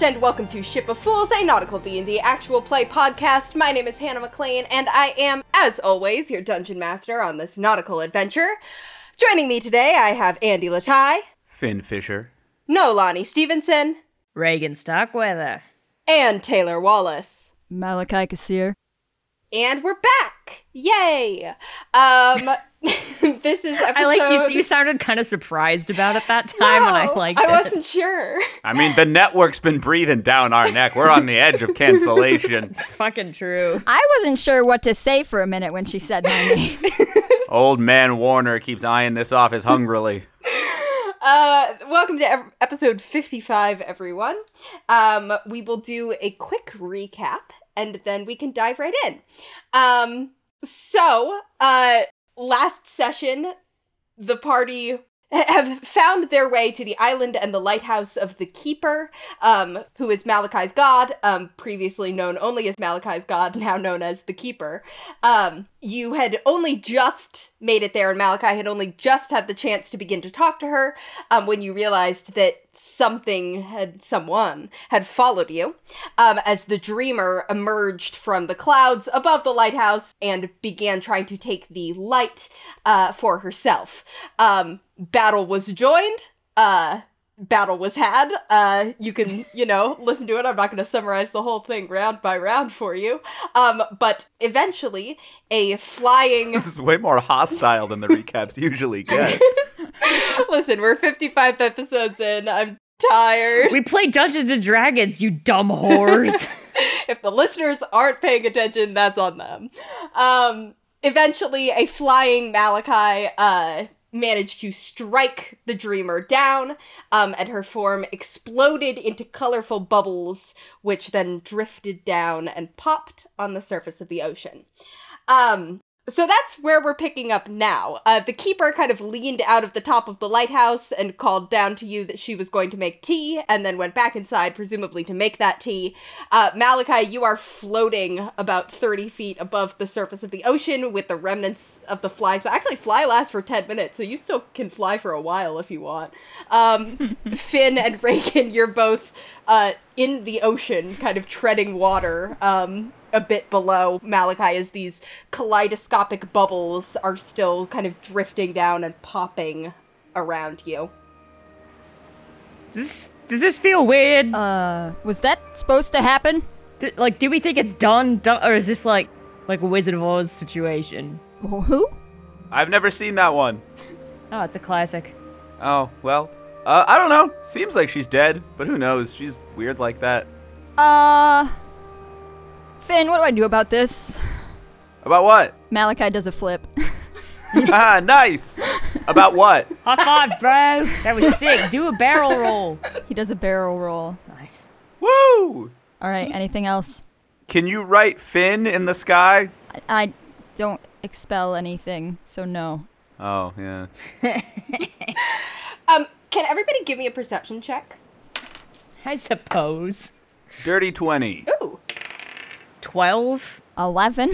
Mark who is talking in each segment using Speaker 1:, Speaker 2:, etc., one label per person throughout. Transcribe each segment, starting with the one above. Speaker 1: and welcome to Ship of Fools, a nautical D&D actual play podcast. My name is Hannah McLean, and I am, as always, your dungeon master on this nautical adventure. Joining me today, I have Andy Latai,
Speaker 2: Finn Fisher.
Speaker 1: No Lonnie Stevenson,
Speaker 3: Reagan Stockweather.
Speaker 1: and Taylor Wallace.
Speaker 4: Malachi Kassir.
Speaker 1: And we're back! Yay! Um, this is episode...
Speaker 3: I like you. You sounded kind of surprised about it that time, and I
Speaker 1: No,
Speaker 3: liked
Speaker 1: I
Speaker 3: it.
Speaker 1: wasn't sure.
Speaker 2: I mean, the network's been breathing down our neck. We're on the edge of cancellation.
Speaker 3: Fucking true.
Speaker 4: I wasn't sure what to say for a minute when she said my name.
Speaker 2: Old man Warner keeps eyeing this office hungrily.
Speaker 1: Uh, welcome to ev- episode 55, everyone. Um, we will do a quick recap and then we can dive right in. Um, so, uh, last session, the party ha- have found their way to the island and the lighthouse of the Keeper, um, who is Malachi's god, um, previously known only as Malachi's god, now known as the Keeper. Um, you had only just made it there, and Malachi had only just had the chance to begin to talk to her um, when you realized that something had, someone had followed you, um, as the dreamer emerged from the clouds above the lighthouse and began trying to take the light uh, for herself. Um, battle was joined. Uh, battle was had. Uh, you can, you know, listen to it. I'm not going to summarize the whole thing round by round for you. Um, but eventually, a flying.
Speaker 2: This is way more hostile than the recaps usually get.
Speaker 1: listen, we're 55 episodes in. I'm tired.
Speaker 3: We play Dungeons and Dragons, you dumb whores.
Speaker 1: if the listeners aren't paying attention, that's on them. Um, eventually, a flying Malachi uh, managed to strike the dreamer down, um, and her form exploded into colorful bubbles, which then drifted down and popped on the surface of the ocean. Um, so that's where we're picking up now. Uh, the keeper kind of leaned out of the top of the lighthouse and called down to you that she was going to make tea, and then went back inside, presumably to make that tea. Uh, Malachi, you are floating about 30 feet above the surface of the ocean with the remnants of the flies. But actually, fly lasts for 10 minutes, so you still can fly for a while if you want. Um, Finn and Reagan, you're both uh, in the ocean, kind of treading water. Um, a bit below Malachi as these kaleidoscopic bubbles are still kind of drifting down and popping around you.
Speaker 3: does, this, does this feel weird?
Speaker 4: Uh, was that supposed to happen?
Speaker 3: D- like, do we think it's done, done, or is this like, like a Wizard of Oz situation?
Speaker 4: Who?
Speaker 2: I've never seen that one.
Speaker 3: Oh, it's a classic.
Speaker 2: Oh, well. Uh, I don't know. Seems like she's dead, but who knows? She's weird like that.
Speaker 4: Uh, Finn, what do I do about this?
Speaker 2: About what?
Speaker 4: Malachi does a flip.
Speaker 2: ah, nice. About what?
Speaker 3: High five, bro. That was sick. Do a barrel roll.
Speaker 4: he does a barrel roll.
Speaker 3: Nice.
Speaker 2: Woo!
Speaker 4: All right, anything else?
Speaker 2: Can you write Finn in the sky?
Speaker 4: I, I don't expel anything, so no.
Speaker 2: Oh, yeah.
Speaker 1: Um, can everybody give me a perception check?
Speaker 3: I suppose.
Speaker 2: Dirty 20.
Speaker 1: Ooh.
Speaker 3: Twelve.
Speaker 4: 11.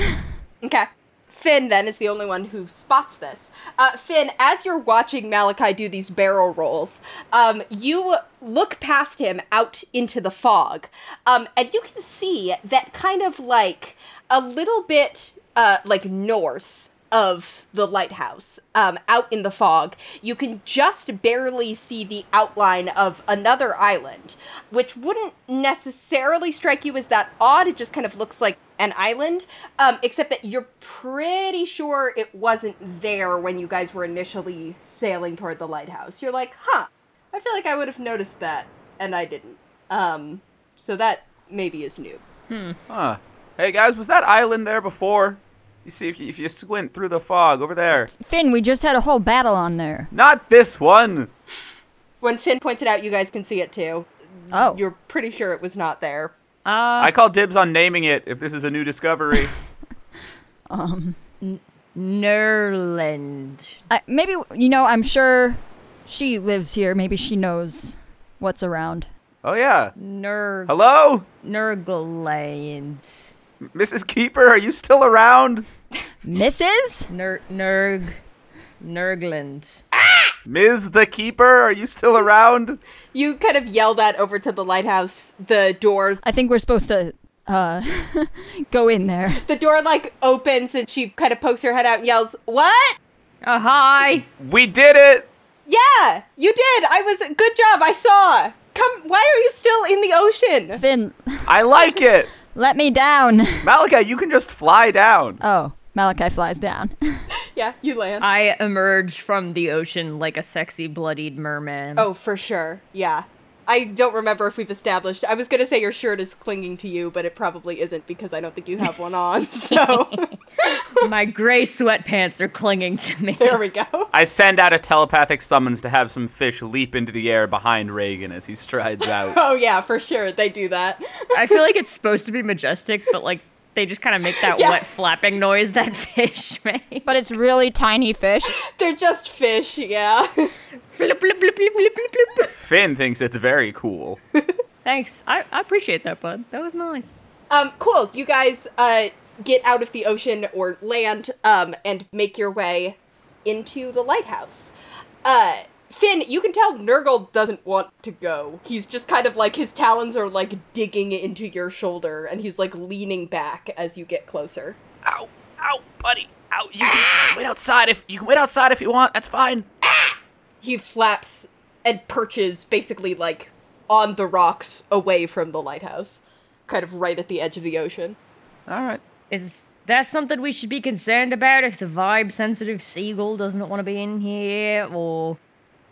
Speaker 1: Okay. Finn then is the only one who spots this. Uh, Finn, as you're watching Malachi do these barrel rolls, um, you look past him out into the fog, um, and you can see that kind of like a little bit uh, like north of the lighthouse um, out in the fog you can just barely see the outline of another island which wouldn't necessarily strike you as that odd it just kind of looks like an island um, except that you're pretty sure it wasn't there when you guys were initially sailing toward the lighthouse you're like huh i feel like i would have noticed that and i didn't um, so that maybe is new
Speaker 2: Huh. Hey guys, was that island there before? You see, if you, if you squint through the fog over there.
Speaker 4: Finn, we just had a whole battle on there.
Speaker 2: Not this one!
Speaker 1: when finn points it out you guys can see it too
Speaker 4: Oh.
Speaker 1: you're pretty sure it was not there
Speaker 2: I call dibs on naming it if this is a new discovery.
Speaker 3: Nerland.
Speaker 4: I, maybe, you know, I'm sure she lives here. Maybe she knows what's around.
Speaker 2: oh yeah.
Speaker 3: Ner.
Speaker 2: Hello?
Speaker 3: Nergland.
Speaker 2: Mrs. Keeper, are you still around?
Speaker 4: Mrs.?
Speaker 3: Ner- Nerg. Nergland.
Speaker 2: Ms. the Keeper, are you still around?
Speaker 1: You kind of yell that over to the lighthouse. The door,
Speaker 4: I think we're supposed to uh, go in there.
Speaker 1: the door like opens, and she kind of pokes her head out and yells, "What?
Speaker 3: Oh, hi.
Speaker 2: We did it!
Speaker 1: Yeah, you did. I was good job. I saw. Come. Why are you still in the ocean?
Speaker 4: Finn,
Speaker 2: I like it!
Speaker 4: let me down.
Speaker 2: Malachi, you can just fly down.
Speaker 4: Oh, Malachi flies down.
Speaker 1: Yeah, you land.
Speaker 3: I emerge from the ocean like a sexy bloodied merman.
Speaker 1: Oh, for sure. Yeah. I don't remember if we've established. I was going to say your shirt is clinging to you, but it probably isn't because I don't think you have one on. So
Speaker 3: My gray sweatpants are clinging to me.
Speaker 1: there we go.
Speaker 2: I send out a telepathic summons to have some fish leap into the air behind Reagan as he strides out.
Speaker 1: Oh, yeah, for sure. They do that.
Speaker 3: I feel like it's supposed to be majestic, but like they just kind of make that
Speaker 1: Yeah.
Speaker 3: wet flapping noise that fish make.
Speaker 4: but it's really tiny fish.
Speaker 1: They're just fish. Yeah.
Speaker 3: Flip, flip, flip, flip, flip, flip, flip.
Speaker 2: Finn thinks it's very cool.
Speaker 3: Thanks. I, I appreciate that, bud. That was nice.
Speaker 1: Um, cool. You guys uh, get out of the ocean or land um, and make your way into the lighthouse. Uh, Finn, you can tell Nurgle doesn't want to go. He's just kind of like his talons are like digging into your shoulder, and he's like leaning back as you get closer.
Speaker 2: Ow, ow, buddy. Ow, you can wait outside if you can wait outside if you want. That's fine.
Speaker 1: He flaps and perches basically like on the rocks away from the lighthouse, kind of right at the edge of the ocean.
Speaker 2: All right.
Speaker 3: Is that something we should be concerned about if the vibe sensitive seagull doesn't want to be in here? Or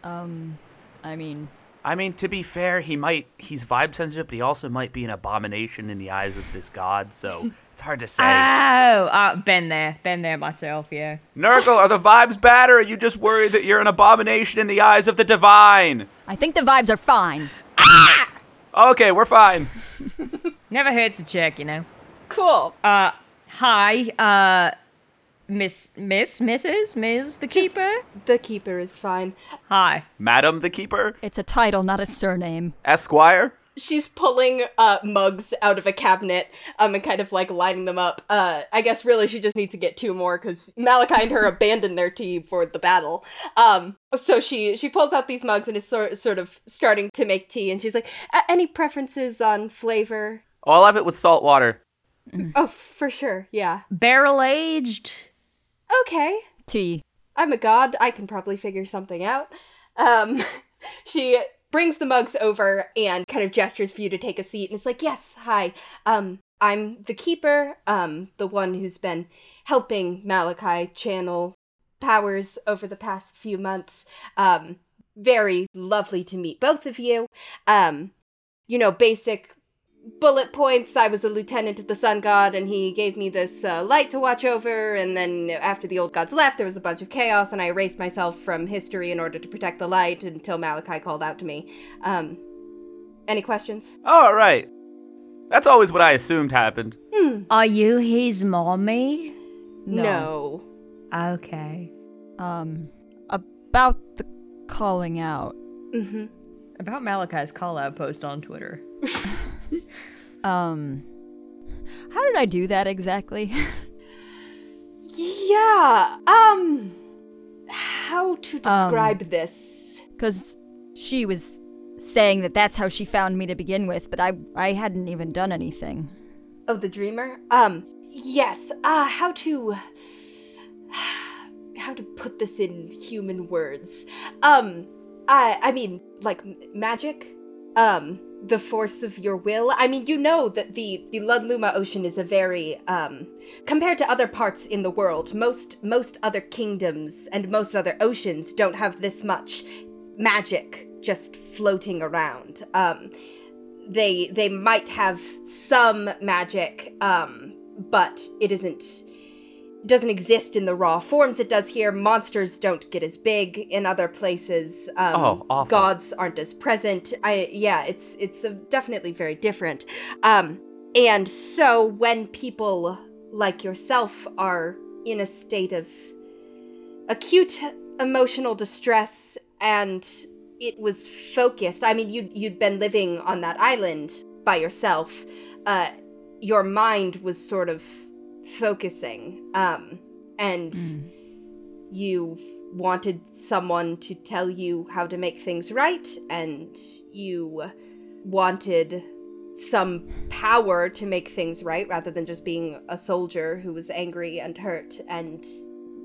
Speaker 4: I mean,
Speaker 2: I mean, to be fair, he might he's vibe sensitive, but he also might be an abomination in the eyes of this god, so it's hard to say.
Speaker 3: oh, uh, been there, been there myself. Yeah.
Speaker 2: Nurgle, are the vibes bad or are you just worried that you're an abomination in the eyes of the divine?
Speaker 4: I think the vibes are fine.
Speaker 2: Okay, we're fine.
Speaker 3: Never hurts to check, you know.
Speaker 1: Cool.
Speaker 3: Hi, uh, Miss, Miss, Mrs., Ms. the keeper.
Speaker 1: the keeper is fine.
Speaker 3: Hi.
Speaker 2: Madam the Keeper?
Speaker 4: It's a title, not a surname.
Speaker 2: Esquire?
Speaker 1: she's pulling uh, mugs out of a cabinet um, and kind of like lining them up. Uh, I guess really she just needs to get two more because Malachi and her abandoned their tea for the battle. Um, so she she pulls out these mugs and is sort sort of starting to make tea, and she's like, "A- "Any preferences on flavor?"
Speaker 2: Oh, I'll have it with salt water.
Speaker 1: Oh, for sure, yeah.
Speaker 3: Barrel aged.
Speaker 1: Okay,
Speaker 4: T.
Speaker 1: I'm a god. I can probably figure something out. Um, she brings the mugs over and kind of gestures for you to take a seat. And it's like, yes, hi. Um, I'm the keeper, um, the one who's been helping Malachi channel powers over the past few months. Um, very lovely to meet both of you. Um, you know, basic bullet points. I was a lieutenant of the sun god, and he gave me this uh, light to watch over. And then after the old gods left, there was a bunch of chaos, and I erased myself from history in order to protect the light until Malachi called out to me. Um, any questions?
Speaker 2: All right. That's always what I assumed happened.
Speaker 3: Are you his mommy?
Speaker 1: No.
Speaker 3: Okay.
Speaker 4: Um, about the calling out.
Speaker 1: Mm-hmm.
Speaker 3: About Malachi's call out post on Twitter.
Speaker 4: Um, how did I do that exactly?
Speaker 1: Yeah. Um. How to describe this?
Speaker 4: Because she was saying that that's how she found me to begin with, but I I hadn't even done anything.
Speaker 1: Oh, the dreamer? Um, yes. Uh, how to. How to put this in human words? Um, I, I mean, like m- magic? Um, the force of your will? I mean, you know that the, the Ludluma Ocean is a very, um, compared to other parts in the world, most, most other kingdoms and most other oceans don't have this much magic just floating around. Um, they they might have some magic um but it isn't doesn't exist in the raw forms it does here monsters don't get as big in other places um
Speaker 2: Oh, awful.
Speaker 1: gods aren't as present i yeah it's it's uh definitely very different um and so when people like yourself are in a state of acute emotional distress and it was focused i mean you'd, you'd been living on that island by yourself uh, your mind was sort of focusing um, and you wanted someone to tell you how to make things right, and you wanted some power to make things right rather than just being a soldier who was angry and hurt and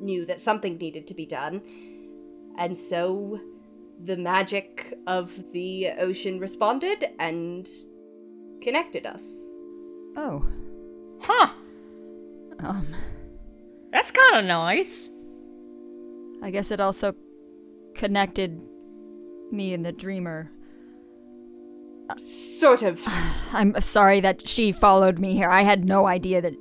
Speaker 1: knew that something needed to be done. And so the magic of the ocean responded and connected us.
Speaker 4: Oh.
Speaker 3: Huh.
Speaker 4: Um,
Speaker 3: That's kind of nice.
Speaker 4: I guess it also connected me and the dreamer.
Speaker 1: Sort of.
Speaker 4: I'm sorry that she followed me here. I had no idea that.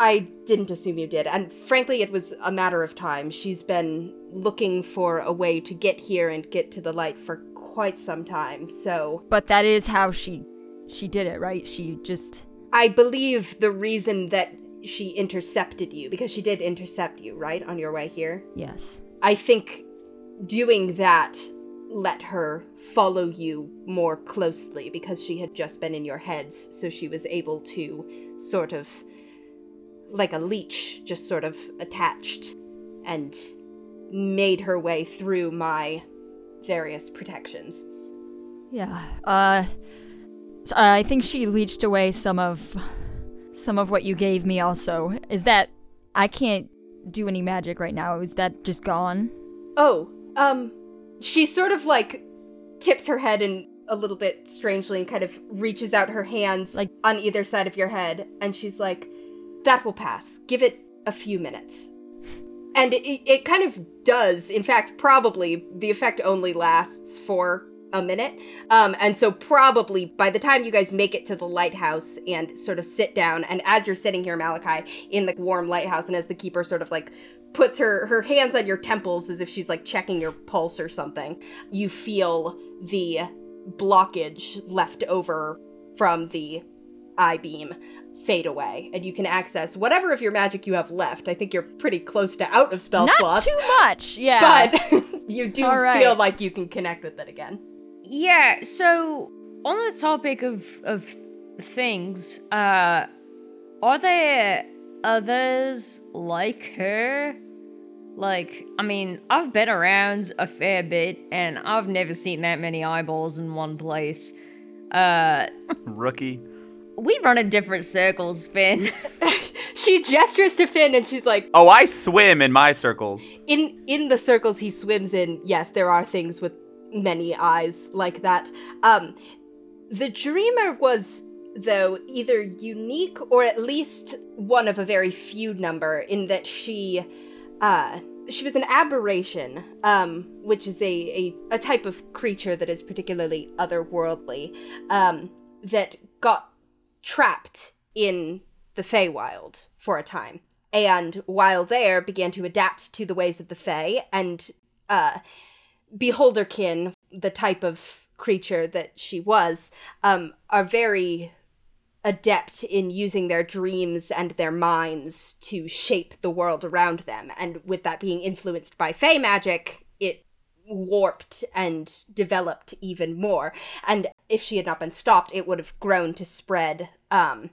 Speaker 1: I didn't assume you did, and frankly, it was a matter of time. She's been looking for a way to get here and get to the light for quite some time, so
Speaker 4: But that is how she she did it, right? She just
Speaker 1: I believe the reason that she intercepted you, because she did intercept you, right, on your way here?
Speaker 4: yes.
Speaker 1: I think doing that let her follow you more closely because she had just been in your heads, so she was able to sort of, like a leech, just sort of attached and made her way through my various protections.
Speaker 4: Yeah. Uh, so I think she leached away some of some of what you gave me. Also, is that I can't do any magic right now? Is that just gone?
Speaker 1: Oh, um, she sort of like tips her head and a little bit strangely and kind of reaches out her hands like
Speaker 4: Like-
Speaker 1: on either side of your head and she's like that will pass give it a few minutes and it, it kind of does in fact probably the effect only lasts for a minute um, and so probably by the time you guys make it to the lighthouse and sort of sit down and as you're sitting here malachi in the warm lighthouse and as the keeper sort of like puts her her hands on your temples as if she's like checking your pulse or something you feel the blockage left over from the I beam fade away, and you can access whatever of your magic you have left. I think you're pretty close to out of spell
Speaker 4: Not
Speaker 1: slots,
Speaker 4: too much. Yeah.
Speaker 1: but you do
Speaker 4: All right.
Speaker 1: feel like you can connect with it again.
Speaker 3: Yeah, so on the topic of of things, uh are there others like her? Like, I mean, I've been around a fair bit and I've never seen that many eyeballs in one place. Uh
Speaker 2: Rookie.
Speaker 3: we run in different circles, Finn.
Speaker 1: She gestures to Finn, and she's like,
Speaker 2: Oh, I swim in my circles.
Speaker 1: in in the circles he swims in yes there are things with many eyes like that um the dreamer was though either unique or at least one of a very few number in that she uh she was an aberration um which is a a, a type of creature that is particularly otherworldly um that got trapped in the Feywild for a time. And while there, began to adapt to the ways of the Fey and uh, Beholderkin, the type of creature that she was, um, are very adept in using their dreams and their minds to shape the world around them. And with that being influenced by Fey magic, it warped and developed even more. And if she had not been stopped, it would have grown to spread. Um,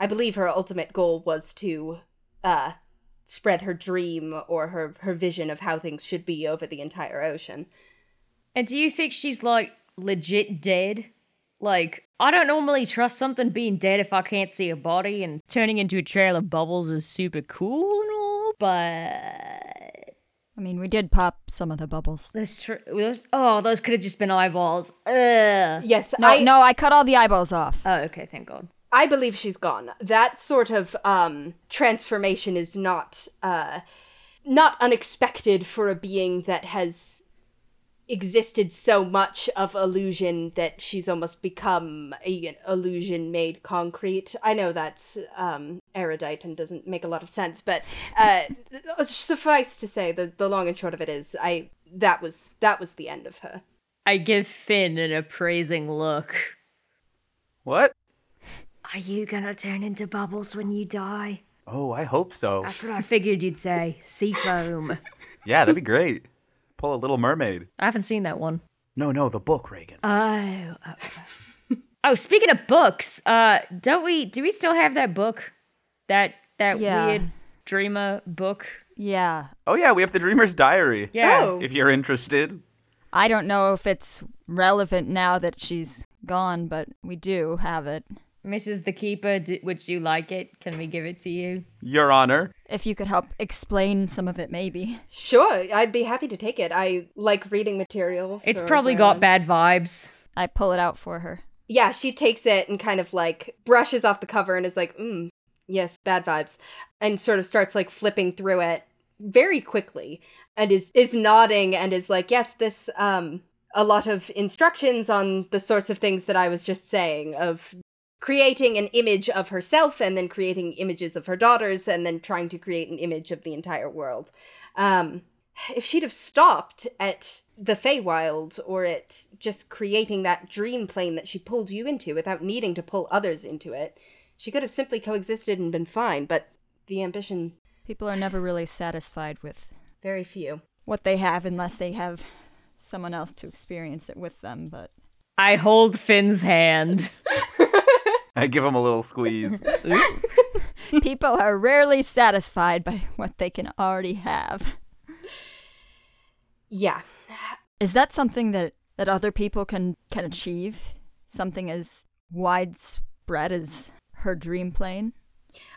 Speaker 1: I believe her ultimate goal was to uh, spread her dream or her, her vision of how things should be over the entire ocean.
Speaker 3: And do you think she's like legit dead? Like, I don't normally trust something being dead if I can't see a body, and turning into a trail of bubbles is super cool and all, but
Speaker 4: I mean, we did pop some of the bubbles.
Speaker 3: that's true. Those, oh, those could have just been eyeballs. Ugh.
Speaker 1: Yes,
Speaker 4: No,
Speaker 1: I,
Speaker 4: no, I cut all the eyeballs off.
Speaker 3: Oh, okay, thank God.
Speaker 1: I believe she's gone. That sort of um, transformation is not uh, not unexpected for a being that has existed so much of illusion that she's almost become a, an illusion made concrete. I know that's um, erudite and doesn't make a lot of sense, but uh, suffice to say, the, the long and short of it is, I that was that was the end of her.
Speaker 3: I give Finn an appraising look.
Speaker 2: What?
Speaker 3: Are you gonna turn into bubbles when you die?
Speaker 2: Oh, I hope so.
Speaker 3: That's what I figured you'd say. Sea foam.
Speaker 2: Yeah, that'd be great. Pull a Little Mermaid.
Speaker 3: I haven't seen that one.
Speaker 2: No, no, the book, Reagan.
Speaker 3: Oh. oh, oh. oh, speaking of books, uh, don't we? Do we still have that book? That that
Speaker 4: Yeah.
Speaker 3: weird dreamer book?
Speaker 4: Yeah.
Speaker 2: Oh yeah, we have the Dreamer's Diary.
Speaker 3: Yeah.
Speaker 1: Oh.
Speaker 2: If you're interested.
Speaker 4: I don't know if it's relevant now that she's gone, but we do have it.
Speaker 3: Mrs. the Keeper, d would you like it? Can we give it to you?
Speaker 2: Your Honor.
Speaker 4: If you could help explain some of it, maybe.
Speaker 1: Sure, I'd be happy to take it. I like reading material.
Speaker 3: It's
Speaker 1: for
Speaker 3: probably
Speaker 1: Merlin.
Speaker 3: got bad vibes.
Speaker 4: I pull it out for her.
Speaker 1: Yeah, she takes it and kind of like brushes off the cover and is like, mm, yes, bad vibes. And sort of starts like flipping through it very quickly and is is nodding and is like, yes, this um a lot of instructions on the sorts of things that I was just saying of creating an image of herself and then creating images of her daughters and then trying to create an image of the entire world. Um, if she'd have stopped at the Feywild or at just creating that dream plane that she pulled you into without needing to pull others into it, she could have simply coexisted and been fine. But the ambition,
Speaker 4: People are never really satisfied with
Speaker 1: very few.
Speaker 4: what they have unless they have someone else to experience it with them, but
Speaker 3: I hold Finn's hand.
Speaker 2: I give him a little squeeze.
Speaker 4: people are rarely satisfied by what they can already have.
Speaker 1: Yeah.
Speaker 4: Is that something that, that other people can, can achieve? Something as widespread as her dream plane?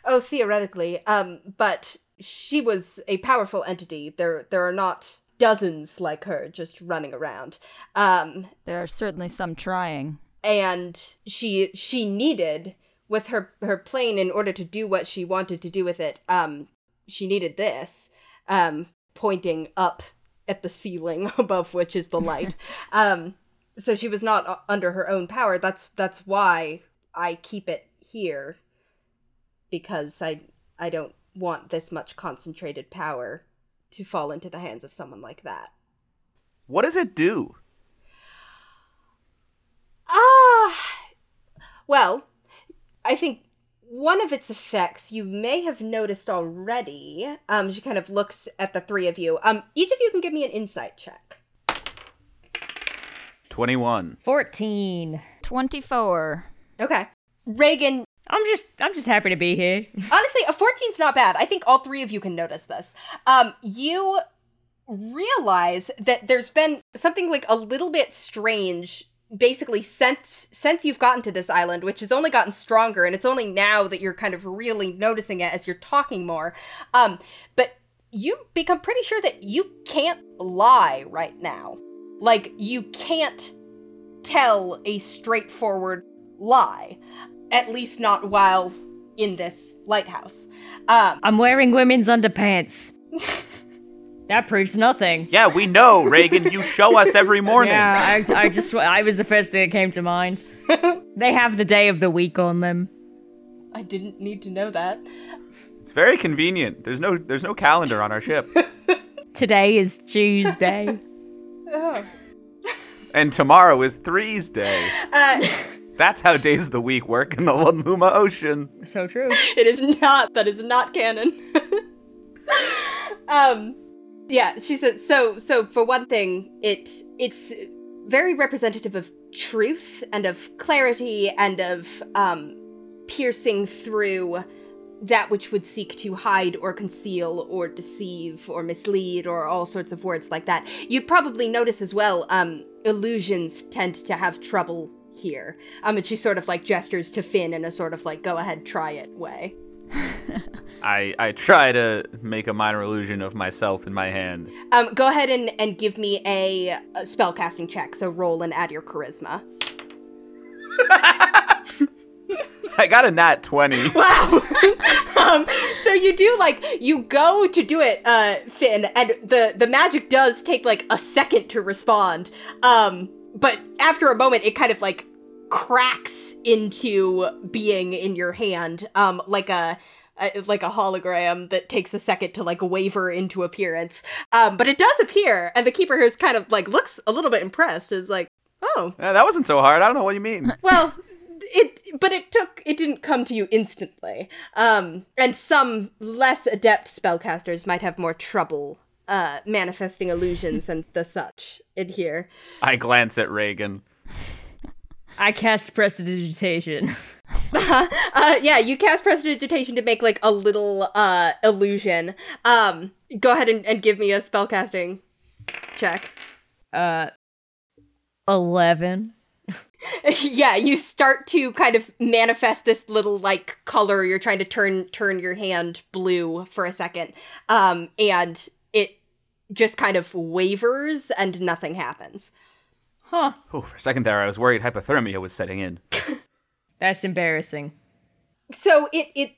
Speaker 1: Oh, theoretically. Um, but she was a powerful entity. There, there are not dozens like her just running around. Um,
Speaker 4: There are certainly some trying.
Speaker 1: and she she needed with her her plane in order to do what she wanted to do with it um she needed this um pointing up at the ceiling above which is the light um so she was not uh, under her own power that's that's why i keep it here because i i don't want this much concentrated power to fall into the hands of someone like that
Speaker 2: what does it do?
Speaker 1: Ah, well, I think one of its effects you may have noticed already. Um, she kind of looks at the three of you. Um, each of you can give me an insight check.
Speaker 2: 21.
Speaker 3: 14.
Speaker 4: 24.
Speaker 1: Okay, Reagan.
Speaker 3: I'm just I'm just happy to be here.
Speaker 1: Honestly, a 14's not bad. I think all three of you can notice this. Um, you realize that there's been something like a little bit strange basically since since you've gotten to this island which has only gotten stronger and it's only now that you're kind of really noticing it as you're talking more um but you become pretty sure that you can't lie right now like you can't tell a straightforward lie at least not while in this lighthouse um
Speaker 3: I'm wearing women's underpants. that proves nothing.
Speaker 2: Yeah, we know, Reagan. You show us every morning.
Speaker 3: Yeah, I, I just I was the first thing that came to mind. they have the day of the week on them.
Speaker 1: i didn't need to know that
Speaker 2: It's very convenient. There's no there's no calendar on our ship.
Speaker 3: Today is Tuesday.
Speaker 2: and tomorrow is Three's Day.
Speaker 1: uh
Speaker 2: That's how days of the week work in the Lumuma Ocean.
Speaker 3: so true.
Speaker 1: It is not. That is not canon. um, yeah, she said. So, so for one thing, it it's very representative of truth and of clarity and of um, piercing through that which would seek to hide or conceal or deceive or mislead or all sorts of words like that. You'd probably notice as well, um, illusions tend to have trouble here. Um, and she sort of like gestures to Finn in a sort of like go ahead, try it way.
Speaker 2: I I try to make a minor illusion of myself in my hand.
Speaker 1: Um, go ahead and, and give me a, a spell casting check. So roll and add your charisma.
Speaker 2: I got a nat 20.
Speaker 1: Wow. um, so you do like you go to do it, uh, Finn, and the the magic does take like a second to respond. Um, but after a moment, it kind of like cracks into being in your hand, um, like a. a- Like a hologram that takes a second to like waver into appearance, um, but it does appear, and the keeper who's kind of like looks a little bit impressed is like, "Oh,
Speaker 2: Yeah, that wasn't so hard. I don't know what you mean.
Speaker 1: well it but it took it didn't come to you instantly um and some less adept spellcasters might have more trouble uh manifesting illusions and the such in here
Speaker 2: I glance at Reagan.
Speaker 3: I cast prestidigitation.
Speaker 1: uh, yeah, you cast prestidigitation to make like a little uh, illusion. Um, go ahead and, and give me a spellcasting check.
Speaker 3: Uh, eleven.
Speaker 1: yeah, you start to kind of manifest this little like color. You're trying to turn turn your hand blue for a second, um, and it just kind of wavers and nothing happens.
Speaker 3: Huh.
Speaker 2: Whew, for a second there, I was worried hypothermia was setting in.
Speaker 3: That's embarrassing.
Speaker 1: so it it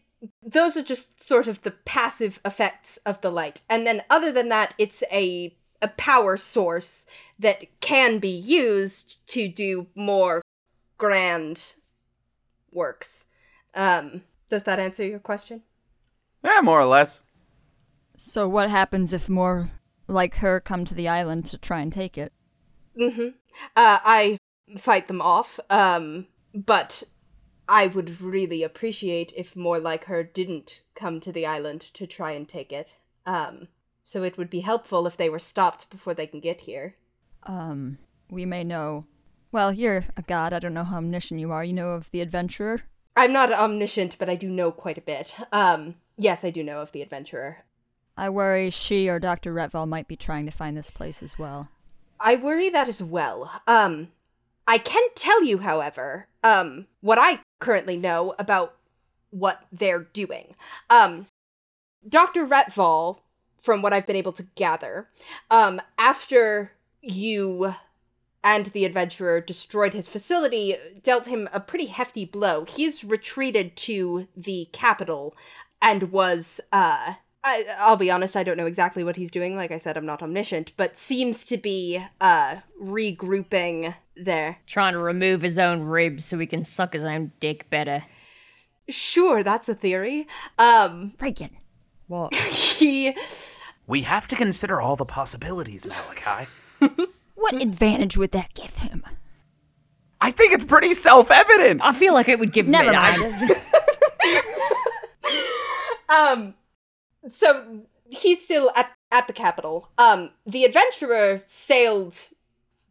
Speaker 1: those are just sort of the passive effects of the light and then other than that it's a a power source that can be used to do more grand works um does that answer your question
Speaker 2: Yeah, more or less.
Speaker 4: So what happens if more like her come to the island to try and take it?
Speaker 1: uh i fight them off um but i would really appreciate if more like her didn't come to the island to try and take it um so it would be helpful if they were stopped before they can get here
Speaker 4: Um, we may know. Well, you're a god. I don't know how omniscient you are. You know of the adventurer.
Speaker 1: I'm not omniscient, but I do know quite a bit. Um, yes, I do know of the adventurer.
Speaker 4: I worry she or Dr. Retval might be trying to find this place as well.
Speaker 1: I worry that as well. Um, I can tell you, however, um, what I currently know about what they're doing. Um, Dr. Retval, from what I've been able to gather, um, after you and the adventurer destroyed his facility, dealt him a pretty hefty blow. He's retreated to the capital and was, uh, I, I'll be honest, I don't know exactly what he's doing. Like I said, I'm not omniscient, but seems to be, uh, regrouping there.
Speaker 3: Trying to remove his own ribs so he can suck his own dick better.
Speaker 1: Sure, that's a theory. Um,
Speaker 4: Reagan.
Speaker 3: What?
Speaker 1: he,
Speaker 2: We have to consider all the possibilities, Malachi.
Speaker 4: What advantage would that give him?
Speaker 2: I think it's pretty self evident.
Speaker 3: I feel like it would give
Speaker 4: Never
Speaker 3: me.
Speaker 4: mind.
Speaker 1: um so he's still at at the capital um the adventurer sailed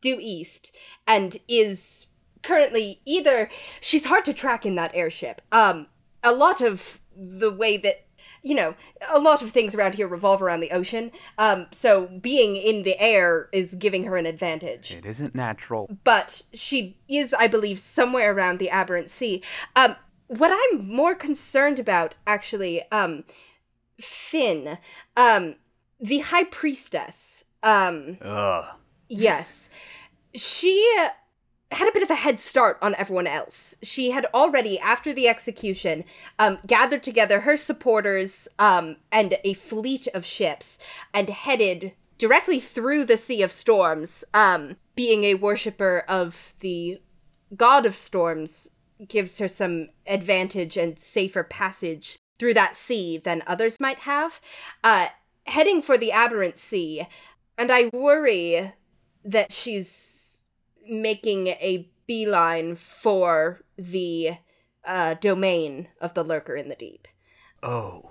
Speaker 1: due east and is currently either she's hard to track in that airship um a lot of the way that you know a lot of things around here revolve around the ocean um so being in the air is giving her an advantage
Speaker 2: It isn't natural.
Speaker 1: but she is, I believe, somewhere around the aberrant sea. Um, what I'm more concerned about, actually, um, Finn, um, the high priestess. Um,
Speaker 2: Ugh.
Speaker 1: Yes. She had a bit of a head start on everyone else. She had already, after the execution, um, gathered together her supporters um, and a fleet of ships and headed directly through the Sea of Storms, um, being a worshiper of the god of storms gives her some advantage and safer passage through that sea than others might have. Uh, heading for the aberrant sea, and I worry that she's making a beeline for the uh, domain of the lurker in the deep.
Speaker 2: Oh.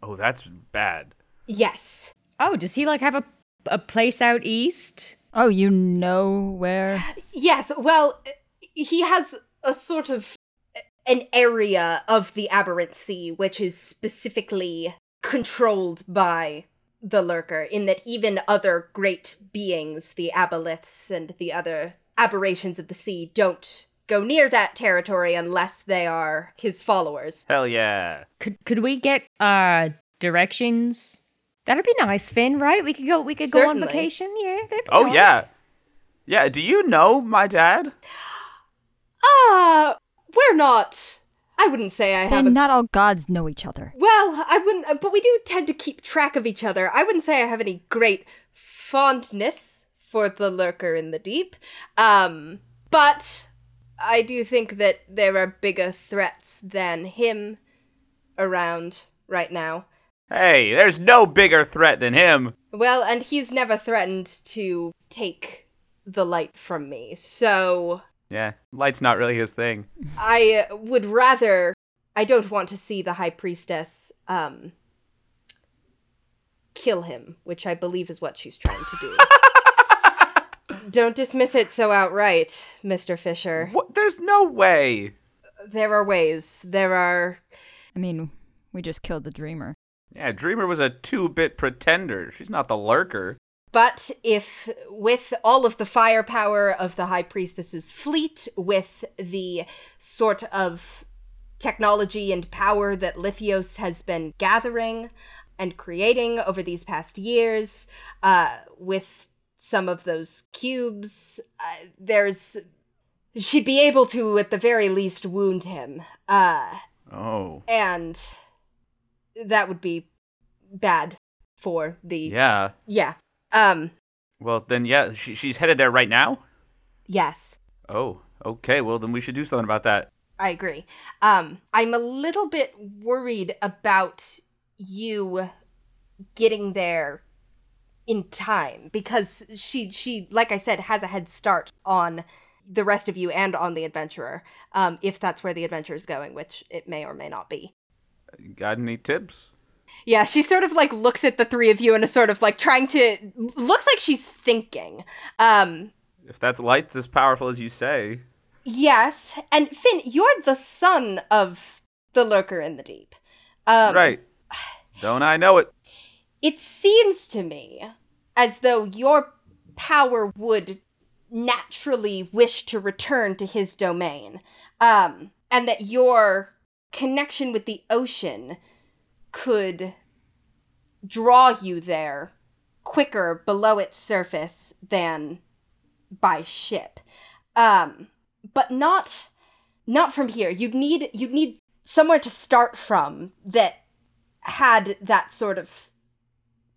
Speaker 2: Oh, that's bad.
Speaker 1: Yes.
Speaker 3: oh, does he like have a a place out east?
Speaker 4: Oh, you know where?
Speaker 1: Yes, well, he has a sort of an area of the aberrant sea which is specifically controlled by the lurker in that even other great beings the aboliths and the other aberrations of the sea don't go near that territory unless they are his followers
Speaker 2: Hell yeah.
Speaker 3: Could could we get uh directions? That'd be nice, Finn. Right? We could go. We could go
Speaker 1: Certainly.
Speaker 3: on vacation. Yeah. That'd be
Speaker 2: Oh,
Speaker 3: nice.
Speaker 2: yeah. Yeah, do you know my dad?
Speaker 1: ah we're not i wouldn't say i have a
Speaker 4: Then not all gods know each other.
Speaker 1: Well, I wouldn't, uh, but we do tend to keep track of each other. I wouldn't say I have any great fondness for the lurker in the deep, um, but I do think that there are bigger threats than him around right now.
Speaker 2: Hey, there's no bigger threat than him.
Speaker 1: Well, and he's never threatened to take the light from me, so
Speaker 2: Yeah, light's not really his thing.
Speaker 1: I uh, would rather. I don't want to see the high priestess um, kill him, which I believe is what she's trying to do. don't dismiss it so outright, Mr. Fisher.
Speaker 2: What? There's no way.
Speaker 1: there are ways. There are.
Speaker 4: I mean, we just killed the dreamer.
Speaker 2: Yeah, Dreamer was a two bit pretender. She's not the lurker.
Speaker 1: But if, with all of the firepower of the High Priestess's fleet, with the sort of technology and power that Lithios has been gathering and creating over these past years, uh, with some of those cubes, uh, there's. She'd be able to, at the very least, wound him. Uh,
Speaker 2: Oh.
Speaker 1: and that would be bad for the
Speaker 2: Yeah.
Speaker 1: yeah. Um
Speaker 2: Well, then, yeah, she, she's headed there right now?
Speaker 1: yes,
Speaker 2: Oh, okay. Well, then we should do something about that.
Speaker 1: I agree. Um I'm a little bit worried about you getting there in time because she she like I said has a head start on the rest of you and on the adventurer um if that's where the adventure is going which it may or may not be.
Speaker 2: Got any tips?
Speaker 1: Yeah, she sort of like looks at the three of you and is sort of like trying to looks like she's thinking. Um
Speaker 2: If that's light's as powerful as you say.
Speaker 1: yes, and Finn, you're the son of the lurker in the deep. Um
Speaker 2: right. Don't I know it?
Speaker 1: it seems to me as though your power would naturally wish to return to his domain um and that your connection with the ocean could draw you there quicker below its surface than by ship um but not not from here you'd need you'd need somewhere to start from that had that sort of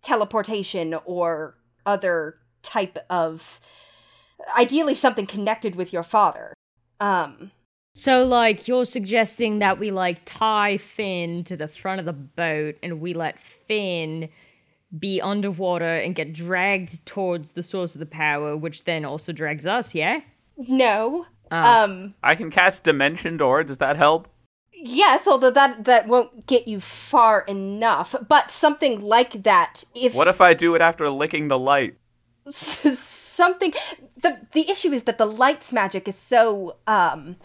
Speaker 1: teleportation or other type of ideally something connected with your father um
Speaker 3: So, like, you're suggesting that we, like, tie Finn to the front of the boat and we let Finn be underwater and get dragged towards the source of the power, which then also drags us, yeah?
Speaker 1: no
Speaker 3: Ah.
Speaker 1: um
Speaker 2: I can cast Dimension Door. Does that help?
Speaker 1: yes although that that won't get you far enough but something like that if
Speaker 2: What if I do it after licking the light?
Speaker 1: something the the issue is that the light's magic is so um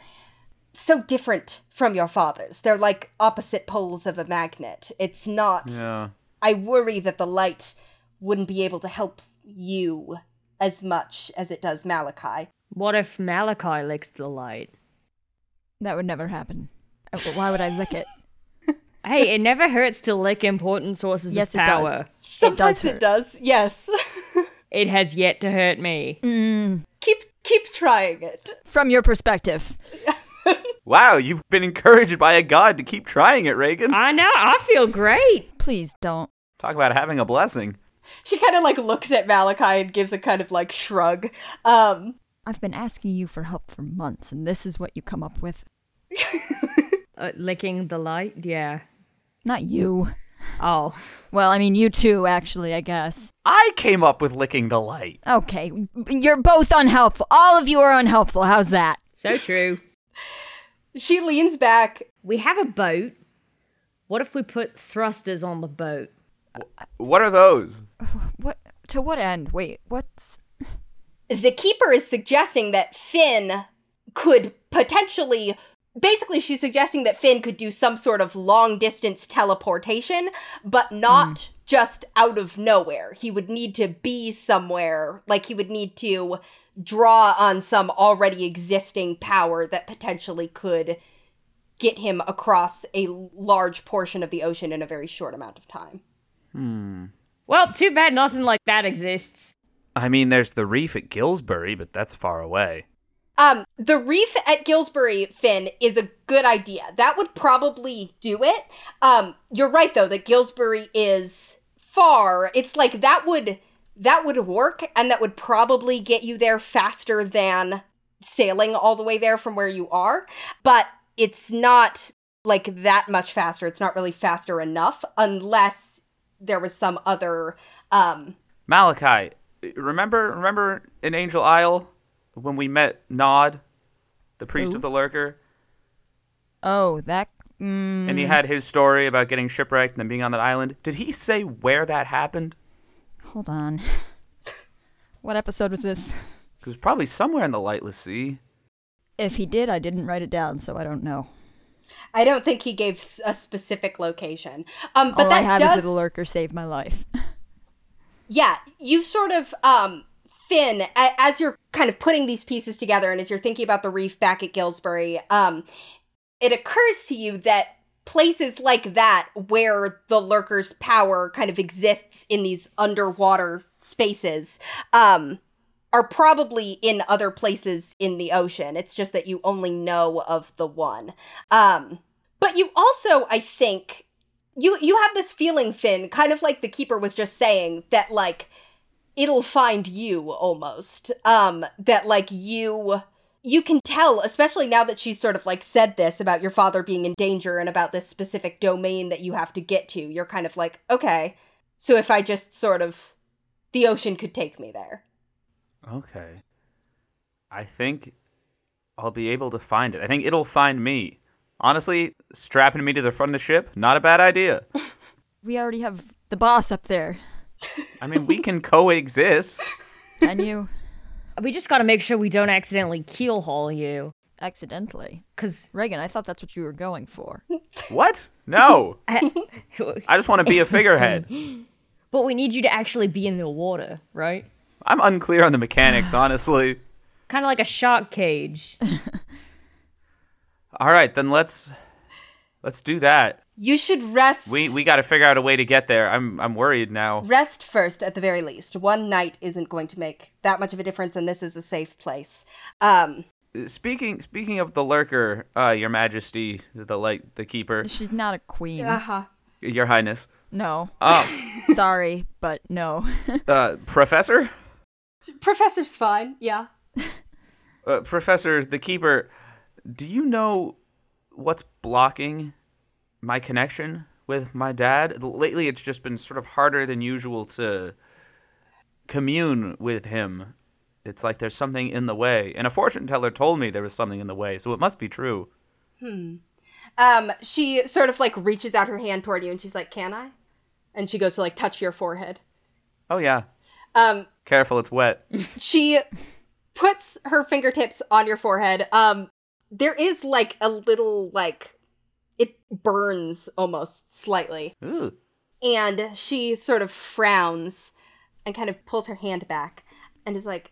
Speaker 1: so different from your father's they're like opposite poles of a magnet it's not
Speaker 2: Yeah.
Speaker 1: I worry that the light wouldn't be able to help you as much as it does Malachi.
Speaker 3: What if Malachi licks the light?
Speaker 4: That would never happen. Uh, but Why would I lick it?
Speaker 3: Hey, it never hurts to lick important sources
Speaker 4: yes,
Speaker 3: of
Speaker 4: it
Speaker 3: power.
Speaker 4: does.
Speaker 1: Sometimes
Speaker 4: hurt.
Speaker 1: it does, yes.
Speaker 3: It has yet to hurt me.
Speaker 4: Mm-hmm. Mm,
Speaker 1: keep keep trying it.
Speaker 4: From your perspective,
Speaker 2: Wow, you've been encouraged by a god to keep trying it, Reagan.
Speaker 3: I know, I feel great.
Speaker 4: please don't.
Speaker 2: Talk about having a blessing.
Speaker 1: She kind of like looks at Malachi and gives a kind of like shrug. Um
Speaker 4: I've been asking you for help for months, and this is what you come up with.
Speaker 3: Uh, licking the light? Yeah.
Speaker 4: Not you.
Speaker 3: Oh.
Speaker 4: Well, I mean, you too, actually, I guess.
Speaker 2: I came up with licking the light.
Speaker 4: Okay, you're both unhelpful. All of you are unhelpful. How's that?
Speaker 3: So true.
Speaker 1: she leans back.
Speaker 3: We have a boat. What if we put thrusters on the boat?
Speaker 2: What are those?
Speaker 4: What? To what end? Wait, what's.
Speaker 1: The keeper is suggesting that Finn could potentially basically she's suggesting that Finn could do some sort of long distance teleportation, but not just out of nowhere. He would need to be somewhere, like he would need to draw on some already existing power that potentially could get him across a large portion of the ocean in a very short amount of time.
Speaker 3: Well, too bad nothing like that exists.
Speaker 2: I mean, there's the reef at Gillsbury, but that's far away.
Speaker 1: Um, the reef at Gillsbury, Finn, is a good idea. That would probably do it. Um, you're right though that Gillsbury is far. It's like that would that would work, and that would probably get you there faster than sailing all the way there from where you are. But it's not like that much faster. It's not really faster enough unless there was some other um
Speaker 2: Malachi, remember remember in Angel Isle when we met Nod, the priest of the lurker,
Speaker 4: Oh, that. Mm,
Speaker 2: and he had his story about getting shipwrecked and then being on that island? Did he say where that happened?
Speaker 4: hold on. What episode was this?
Speaker 2: Because probably somewhere in the Lightless Sea.
Speaker 4: If he did, I didn't write it down, so I don't know.
Speaker 1: I don't think he gave s- a specific location. Um, but
Speaker 4: All I
Speaker 1: that
Speaker 4: have
Speaker 1: does.
Speaker 4: is that the lurker saved my life.
Speaker 1: yeah, you sort of um Finn a- as you're kind of putting these pieces together and as you're thinking about the reef back at Gillsbury, um it occurs to you that places like that where the lurker's power kind of exists in these underwater spaces um are probably in other places in the ocean. It's just that you only know of the one. Um but you also I think you you have this feeling finn kind of like the keeper was just saying that like it'll find you almost um that like you you can tell especially now that she's sort of like said this about your father being in danger and about this specific domain that you have to get to you're kind of like okay so if i just sort of the ocean could take me there
Speaker 2: Okay. I think I'll be able to find it. I think it'll find me. Honestly, strapping me to the front of the ship, not a bad idea.
Speaker 4: we already have the boss up there.
Speaker 2: I mean, we can coexist.
Speaker 4: And you
Speaker 3: We just got to make sure we don't accidentally keel haul you.
Speaker 4: accidentally.
Speaker 3: Because
Speaker 4: Reagan, I thought that's what you were going for.
Speaker 2: What? No.
Speaker 3: but
Speaker 2: I just want to be a figurehead.
Speaker 3: we need you to actually be in the water, right?
Speaker 2: I'm unclear on the mechanics, honestly.
Speaker 3: Kind of like a shark cage.
Speaker 2: All right, then let's let's do that.
Speaker 1: you should rest
Speaker 2: We we got to figure out a way to get there. I'm I'm worried now.
Speaker 1: rest first at the very least one night isn't going to make that much of a difference and this is a safe place um
Speaker 2: Speaking speaking of the lurker, uh, Your Majesty, the light, the keeper,
Speaker 4: She's not a queen.
Speaker 1: uh-huh
Speaker 2: Your Highness,
Speaker 4: No.
Speaker 2: um,
Speaker 4: Sorry, but no.
Speaker 2: uh, Professor,
Speaker 1: Professor's fine, yeah.
Speaker 2: uh, Professor, the keeper. Do you know what's blocking my connection with my dad? Lately, it's just been sort of harder than usual to commune with him. It's like there's something in the way, and a fortune teller told me there was something in the way, so it must be true.
Speaker 1: Um, she sort of like reaches out her hand toward you and she's like, Can I? And she goes to like touch your forehead.
Speaker 2: Oh yeah,
Speaker 1: Um,
Speaker 2: careful, it's wet.
Speaker 1: she puts her fingertips on your forehead. Um, there is like a little like it burns almost slightly.
Speaker 2: Ooh.
Speaker 1: And she sort of frowns and kind of pulls her hand back and is like,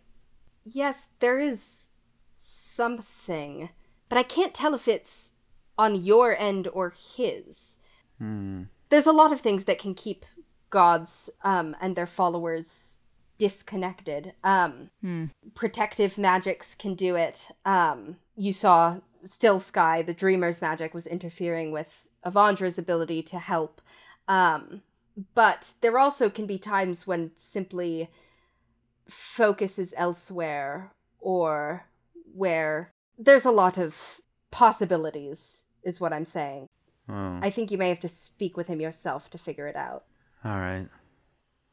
Speaker 1: Yes, there is something, but I can't tell if it's on your end or his. There's a lot of things that can keep gods um, and their followers disconnected. Um, Protective magics can do it. Um, you saw Still Sky, the Dreamer's magic, was interfering with Avandra's ability to help. Um, but there also can be times when simply focus is elsewhere or where there's a lot of possibilities, is what I'm saying.
Speaker 2: Oh.
Speaker 1: I think you may have to speak with him yourself to figure it out.
Speaker 2: All right.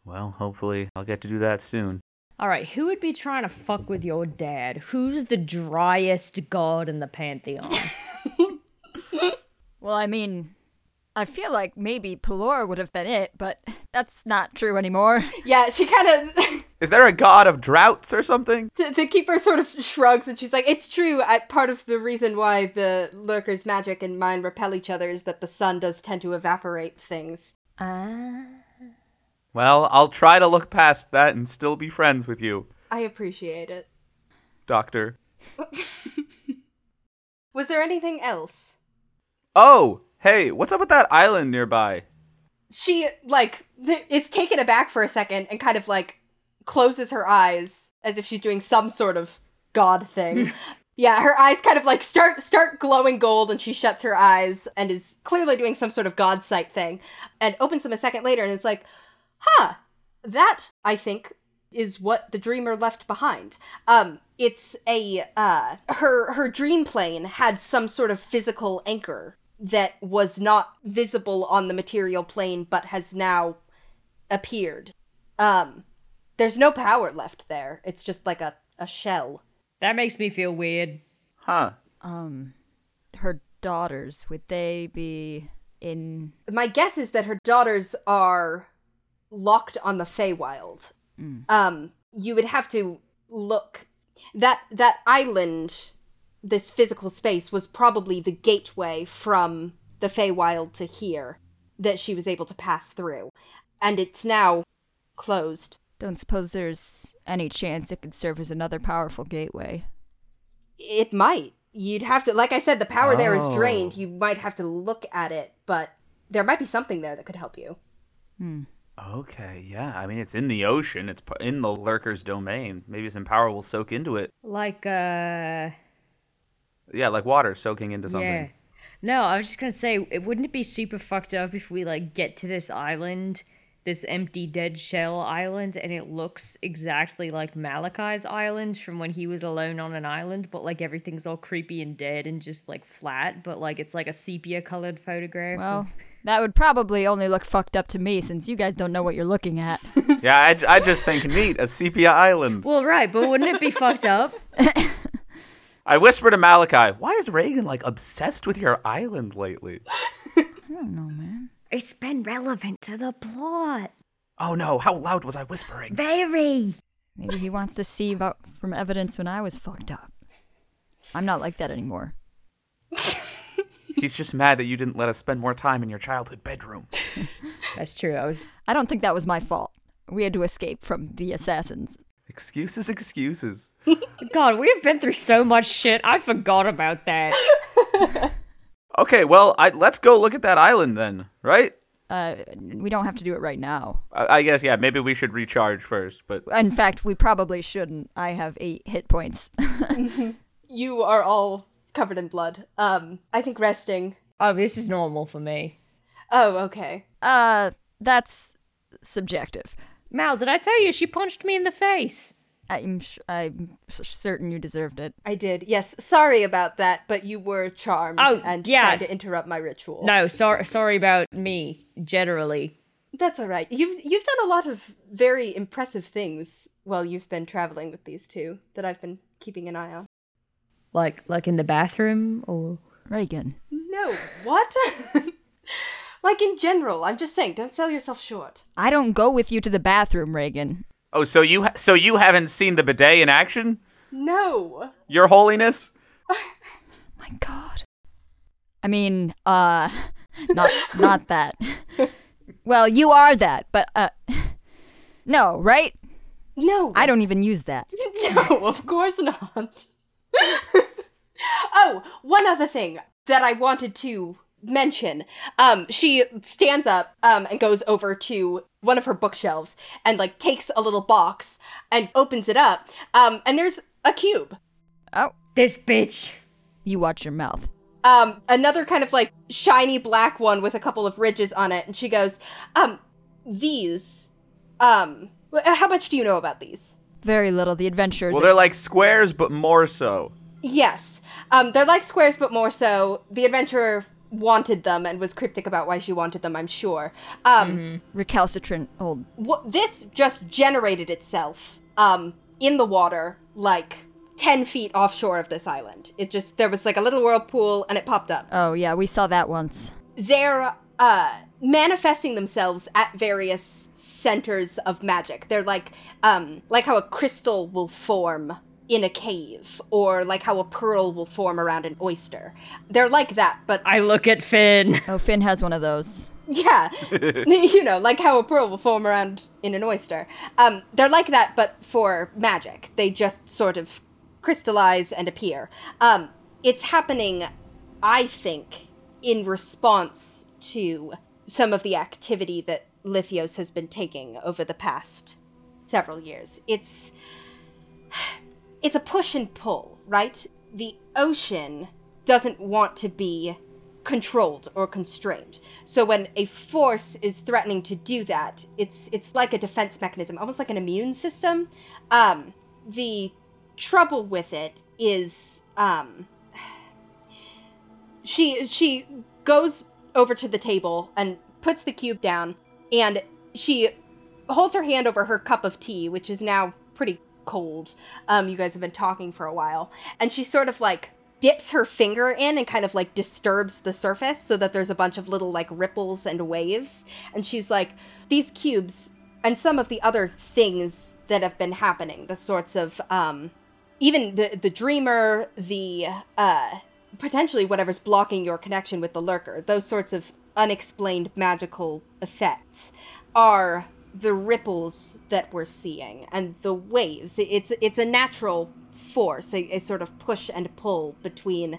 Speaker 2: Well, hopefully I'll get to do that soon.
Speaker 3: All right, who would be trying to fuck with your dad? Who's the driest god in the pantheon?
Speaker 4: Well, I mean, I feel like maybe Pelor would have been it, but that's not true anymore.
Speaker 1: Yeah, she kind of.
Speaker 2: Is there a god of droughts or something?
Speaker 1: the, the keeper sort of shrugs and she's like, "It's true. I, part of the reason why the lurker's magic and mine repel each other is that the sun does tend to evaporate things."
Speaker 3: Ah.
Speaker 2: Well, I'll try to look past that and still be friends with you,
Speaker 1: I appreciate it.
Speaker 2: Doctor.
Speaker 1: Was there anything else?
Speaker 2: Oh, hey, what's up with that island nearby?
Speaker 1: She like th- is taken aback for a second and kind of like closes her eyes as if she's doing some sort of god thing. yeah, her eyes kind of like start start glowing gold and she shuts her eyes and is clearly doing some sort of god sight thing and opens them a second later and it's like, "Huh, that I think is what the dreamer left behind. Um, it's a uh, her her dream plane had some sort of physical anchor that was not visible on the material plane, but has now appeared. Um, there's no power left there. It's just like a a shell.
Speaker 3: That makes me feel weird.
Speaker 2: Huh.
Speaker 4: Um, her daughters, would they be in.
Speaker 1: My guess is that her daughters are locked on the Feywild. Um, you would have to look that that island this physical space was probably the gateway from the Feywild to here that she was able to pass through. And it's now closed.
Speaker 4: Don't suppose there's any chance it could serve as another powerful gateway.
Speaker 1: It might. You'd have to, like I said, the power there is
Speaker 2: Oh.
Speaker 1: drained. You might have to look at it, but there might be something there that could help you.
Speaker 4: Hmm.
Speaker 2: Okay, yeah. I mean, it's in the ocean. It's p- in the lurker's domain. Maybe some power will soak into it.
Speaker 3: Like, uh.
Speaker 2: Yeah, like water soaking into something.
Speaker 3: Yeah. No, I was just gonna say, it wouldn't it be super fucked up if we like get to this island, this empty dead shell island, and it looks exactly like Malachi's island from when he was alone on an island, but like everything's all creepy and dead and just like flat, but like it's like a sepia colored photograph.
Speaker 4: Well,
Speaker 3: of-
Speaker 4: that would probably only look fucked up to me since you guys don't know what you're looking at.
Speaker 2: Yeah, I, j- I just think neat. A sepia island.
Speaker 3: well, right, but wouldn't it be fucked up?
Speaker 2: I whisper to Malachi, why is Reagan like obsessed with your island lately?
Speaker 3: It's been relevant to the plot.
Speaker 2: Oh no, how loud was I whispering?
Speaker 3: Very.
Speaker 4: Maybe he wants to see about, from evidence when I was fucked up. I'm not like that anymore.
Speaker 2: He's just mad that you didn't let us spend more time in your childhood bedroom.
Speaker 3: That's true. I was
Speaker 4: I don't think that was my fault. We had to escape from the assassins.
Speaker 2: Excuses, excuses.
Speaker 3: God, we have been through so much shit. I forgot about that.
Speaker 2: Okay, well, I, let's go look at that island then, right?
Speaker 4: Uh, we don't have to do it right now.
Speaker 2: I, I guess, yeah, maybe we should recharge first, but
Speaker 4: In fact, we probably shouldn't. I have eight hit points.
Speaker 1: You are all covered in blood. Um, I think resting.
Speaker 3: Oh, this is normal for me.
Speaker 1: Oh, okay.
Speaker 4: uh, that's subjective.
Speaker 3: Mal, did I tell you she punched me in the face?
Speaker 4: I'm sh- I'm s- certain you deserved it.
Speaker 1: I did. Yes. Sorry about that, but you were charmed
Speaker 3: Oh,
Speaker 1: and
Speaker 3: yeah.
Speaker 1: tried to interrupt my ritual.
Speaker 3: No, sorry, sorry about me generally.
Speaker 1: That's all right. You've you've done a lot of very impressive things while you've been traveling with these two that I've been keeping an eye on.
Speaker 3: Like, like in the bathroom, or
Speaker 4: Reagan.
Speaker 1: No, what? like in general, I'm just saying, don't sell yourself short.
Speaker 4: I don't go with you to the bathroom, Reagan.
Speaker 2: Oh, so you ha- so you haven't seen the bidet in action,
Speaker 1: No.
Speaker 2: Your Holiness?
Speaker 4: My God. I mean, uh, not not that. Well, you are that, but uh, no, right?
Speaker 1: No.
Speaker 4: I don't even use that.
Speaker 1: No, of course not. oh, one other thing that I wanted to mention. Um, she stands up um, and goes over to one of her bookshelves and like takes a little box and opens it up. Um, and there's a cube.
Speaker 4: Oh,
Speaker 3: this bitch.
Speaker 4: you watch your mouth.
Speaker 1: Um, another kind of like shiny black one with a couple of ridges on it, and she goes, um, these, um, wh- how much do you know about these?
Speaker 4: Very little. The adventures.
Speaker 2: Well, they're like squares, but more so.
Speaker 1: Yes. Um, they're like squares, but more so. The adventurer wanted them and was cryptic about why she wanted them, I'm sure. Um,
Speaker 4: recalcitrant old.
Speaker 1: wh- this just generated itself um, in the water, like 10 feet offshore of this island. It just, there was like a little whirlpool and it popped up.
Speaker 4: Oh yeah, we saw that once.
Speaker 1: They're uh, manifesting themselves at various centers of magic. They're like, um, like how a crystal will form in a cave, or like how a pearl will form around an oyster. They're like that, but
Speaker 3: I look at Finn.
Speaker 4: Oh, Finn has one of those.
Speaker 1: yeah, you know, like how a pearl will form around in an oyster. Um, they're like that, but for magic, they just sort of crystallize and appear. Um, it's happening, I think, in response to some of the activity that Lithios has been taking over the past several years. It's it's a push and pull, right? The ocean doesn't want to be controlled or constrained. So when a force is threatening to do that, it's it's like a defense mechanism, almost like an immune system. Um, the trouble with it is um, she she goes over to the table and puts the cube down and she holds her hand over her cup of tea which is now pretty cold um you guys have been talking for a while and she sort of like dips her finger in and kind of like disturbs the surface so that there's a bunch of little like ripples and waves and she's like these cubes and some of the other things that have been happening the sorts of um even the the dreamer, the uh, potentially whatever's blocking your connection with the lurker, those sorts of unexplained magical effects are the ripples that we're seeing and the waves. It's it's a natural force, a, a sort of push and pull between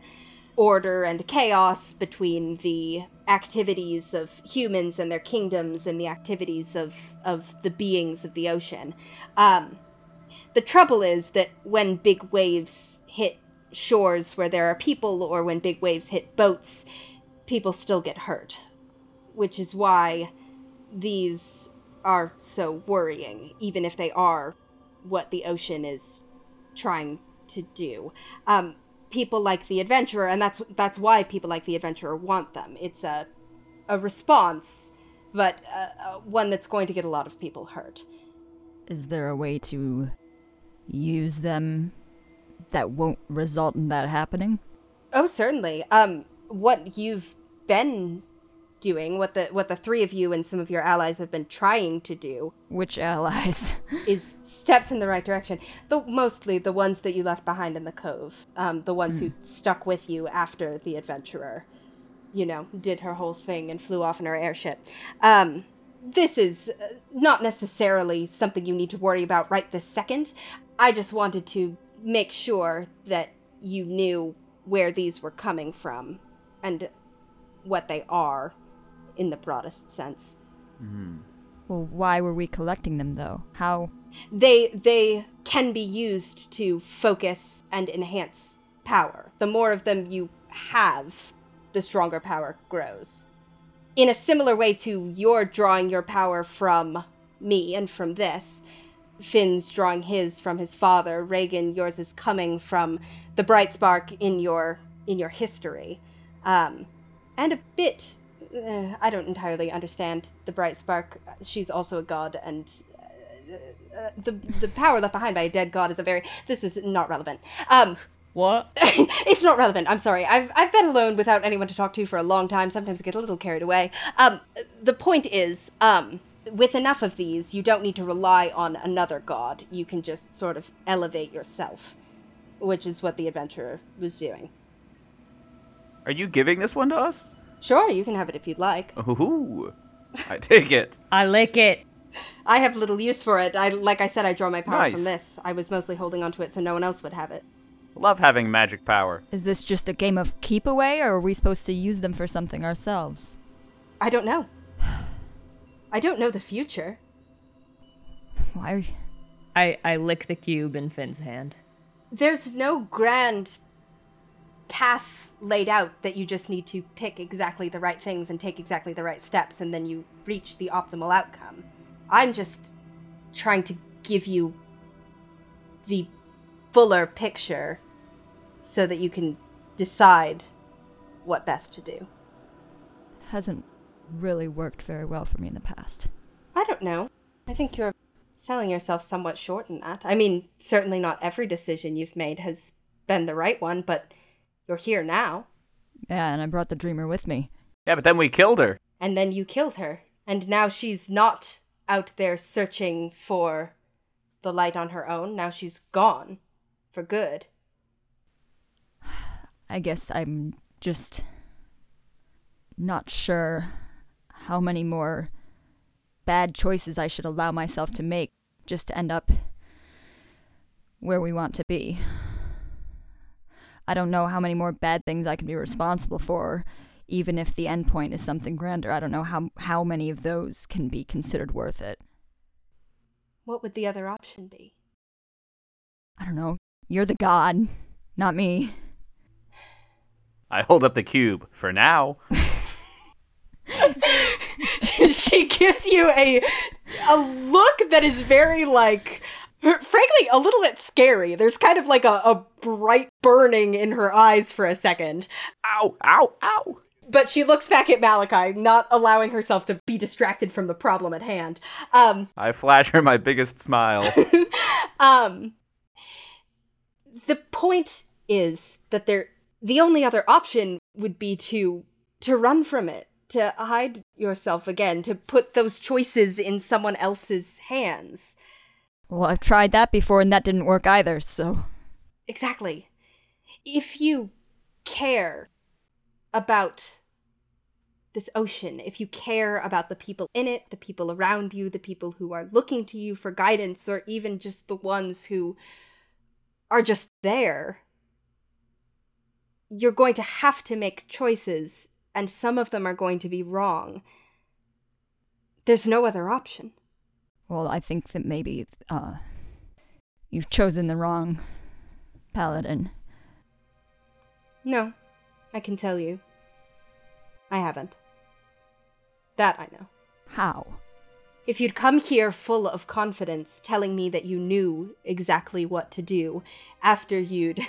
Speaker 1: order and chaos, between the activities of humans and their kingdoms and the activities of of the beings of the ocean. Um, the trouble is that when big waves hit shores where there are people, or when big waves hit boats, people still get hurt, which is why these are so worrying, even if they are what the ocean is trying to do. Um, people like the adventurer, and that's that's why people like the adventurer want them. It's a a response, but uh, uh, one that's going to get a lot of people hurt.
Speaker 4: Is there a way to use them that won't result in that happening?
Speaker 1: Oh, certainly. Um, what you've been doing, what the what the three of you and some of your allies have been trying to do,
Speaker 4: Which allies?
Speaker 1: is steps in the right direction. The mostly the ones that you left behind in the cove, um, the ones who stuck with you after the adventurer, you know, did her whole thing and flew off in her airship. Um, this is uh, not necessarily something you need to worry about right this second. I just wanted to make sure that you knew where these were coming from and what they are in the broadest sense.
Speaker 4: well, why were we collecting them though? How?
Speaker 1: they they can be used to focus and enhance power. The more of them you have, the stronger power grows. In a similar way to your drawing your power from me and from this, Finn's drawing his from his father, Reagan, yours is coming from the bright spark in your in your history. Um, and a bit uh, I don't entirely understand the bright spark. She's also a god and the the power left behind by a dead god is a very this is not relevant. Um
Speaker 3: What?
Speaker 1: it's not relevant. I'm sorry. I've I've been alone without anyone to talk to for a long time. Sometimes I get a little carried away. Um the point is um with enough of these, you don't need to rely on another god. You can just sort of elevate yourself, which is what the adventurer was doing.
Speaker 2: Are you giving this one to us?
Speaker 1: Sure, you can have it if you'd like.
Speaker 2: Ooh, I take it.
Speaker 3: I lick it.
Speaker 1: I have little use for it. I like I said I draw my power
Speaker 2: Nice.
Speaker 1: from this. I was mostly holding onto it so no one else would have it.
Speaker 2: Love having magic power.
Speaker 4: Is this just a game of keep away, or are we supposed to use them for something ourselves?
Speaker 1: I don't know. I don't know the future.
Speaker 4: Why? Are you...
Speaker 3: I, I lick the cube in Finn's hand.
Speaker 1: There's no grand path laid out that you just need to pick exactly the right things and take exactly the right steps and then you reach the optimal outcome. I'm just trying to give you the fuller picture so that you can decide what best to do.
Speaker 4: hasn't really worked very well for me in the past.
Speaker 1: I don't know. I think you're selling yourself somewhat short in that. I mean, certainly not every decision you've made has been the right one, but you're here now.
Speaker 4: Yeah, and I brought the dreamer with me.
Speaker 2: Yeah, but then we killed her.
Speaker 1: And then you killed her. And now she's not out there searching for the light on her own. Now she's gone for good.
Speaker 4: I guess I'm just not sure how many more bad choices I should allow myself to make just to end up where we want to be. I don't know how many more bad things I can be responsible for, even if the end point is something grander. I don't know how, how many of those can be considered worth it.
Speaker 1: What would the other option be?
Speaker 4: I don't know. You're the god, not me.
Speaker 2: I hold up the cube for now.
Speaker 1: she gives you a a look that is very like frankly a little bit scary there's kind of like a, a bright burning in her eyes for a second
Speaker 2: Ow, ow, ow.
Speaker 1: but she looks back at malachi not allowing herself to be distracted from the problem at hand um
Speaker 2: I flash her my biggest smile.
Speaker 1: um the point is that there the only other option would be to to run from it to hide yourself again to put those choices in someone else's hands
Speaker 4: Well, I've tried that before and that didn't work either, so
Speaker 1: Exactly. If you care about this ocean, if you care about the people in it, the people around you, the people who are looking to you for guidance, or even just the ones who are just there, you're going to have to make choices, and some of them are going to be wrong. There's no other option.
Speaker 4: Well, I think that maybe uh, you've chosen the wrong paladin.
Speaker 1: No, I can tell you. I haven't. That I know.
Speaker 4: How?
Speaker 1: If you'd come here full of confidence, telling me that you knew exactly what to do after you'd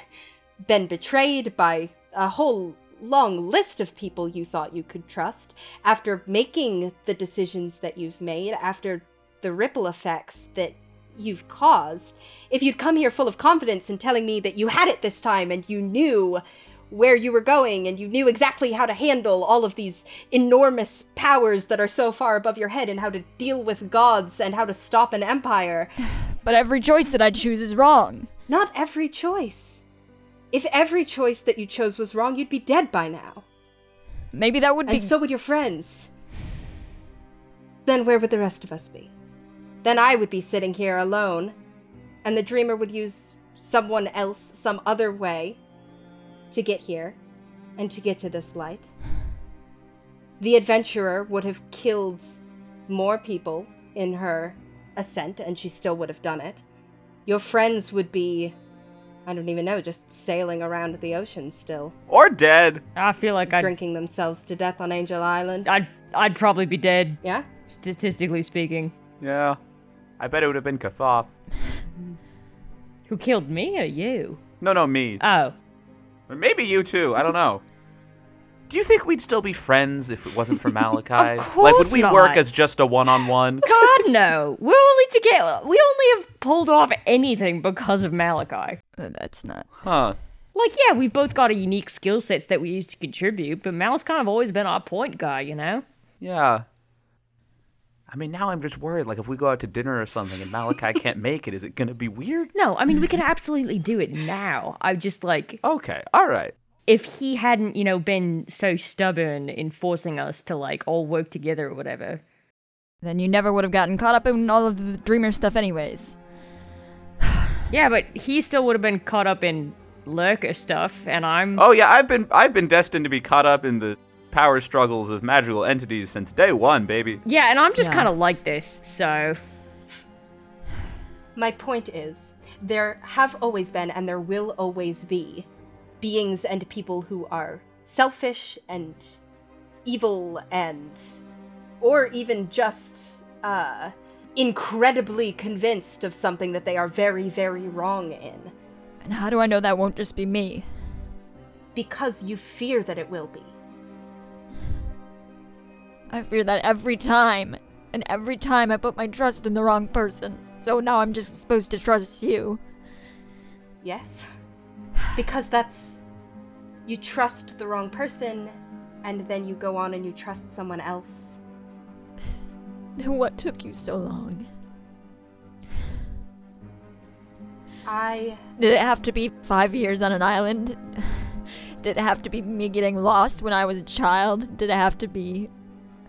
Speaker 1: been betrayed by a whole long list of people you thought you could trust, after making the decisions that you've made, after the ripple effects that you've caused, if you'd come here full of confidence and telling me that you had it this time and you knew where you were going and you knew exactly how to handle all of these enormous powers that are so far above your head and how to deal with gods and how to stop an empire.
Speaker 4: But every choice that I choose is wrong.
Speaker 1: Not every choice. If every choice that you chose was wrong, you'd be dead by now.
Speaker 4: Maybe that would be.
Speaker 1: And so would your friends. Then where would the rest of us be? Then I would be sitting here alone, and the dreamer would use someone else, some other way, to get here and to get to this light. The adventurer would have killed more people in her ascent, and she still would have done it. Your friends would be, I don't even know, just sailing around the ocean still,
Speaker 2: Or dead.
Speaker 3: I feel like I'd,
Speaker 1: drinking themselves to death on Angel Island.
Speaker 3: I'd I'd probably be dead,
Speaker 1: yeah?
Speaker 3: statistically speaking.
Speaker 2: Yeah. I bet it would have been Kathoth.
Speaker 3: Who killed me or you?
Speaker 2: No, no, me.
Speaker 3: Oh,
Speaker 2: Or maybe you too. I don't know. Do you think we'd still be friends if it wasn't for Malachi? like, would
Speaker 3: course
Speaker 2: we
Speaker 3: not.
Speaker 2: work as just a one-on-one?
Speaker 3: God no! We're only together. We only have pulled off anything because of Malachi.
Speaker 4: Uh, that's not.
Speaker 2: Huh?
Speaker 3: Like, yeah, we've both got a unique skill sets that we use to contribute, but Mal's kind of always been our point guy, you know?
Speaker 2: Yeah. I mean, now I'm just worried. Like, if we go out to dinner or something and Malachi can't make it, is it gonna be weird?
Speaker 3: No, I mean, we can absolutely do it now. I'm just like,
Speaker 2: Okay. All right.
Speaker 3: if he hadn't, you know, been so stubborn in forcing us to, like, all work together or whatever.
Speaker 4: Then you never would have gotten caught up in all of the dreamer stuff, anyways.
Speaker 3: Yeah, but he still would have been caught up in lurker stuff, and I'm.
Speaker 2: Oh yeah, I've been I've been destined to be caught up in the power struggles of magical entities since day one, baby.
Speaker 3: Yeah, and I'm just
Speaker 4: Yeah.
Speaker 3: kind of like this, so.
Speaker 1: My point is, there have always been and there will always be beings and people who are selfish and evil and or even just uh incredibly convinced of something that they are very very wrong in
Speaker 4: And how do I know that won't just be me?
Speaker 1: because you fear that it will be.
Speaker 4: I fear that every time. And every time I put my trust in the wrong person. So now I'm just supposed to trust you.
Speaker 1: Yes. Because that's. You trust the wrong person, and then you go on and you trust someone else.
Speaker 4: Then what took you so long?
Speaker 1: I.
Speaker 4: Did it have to be five years on an island? Did it have to be me getting lost when I was a child? Did it have to be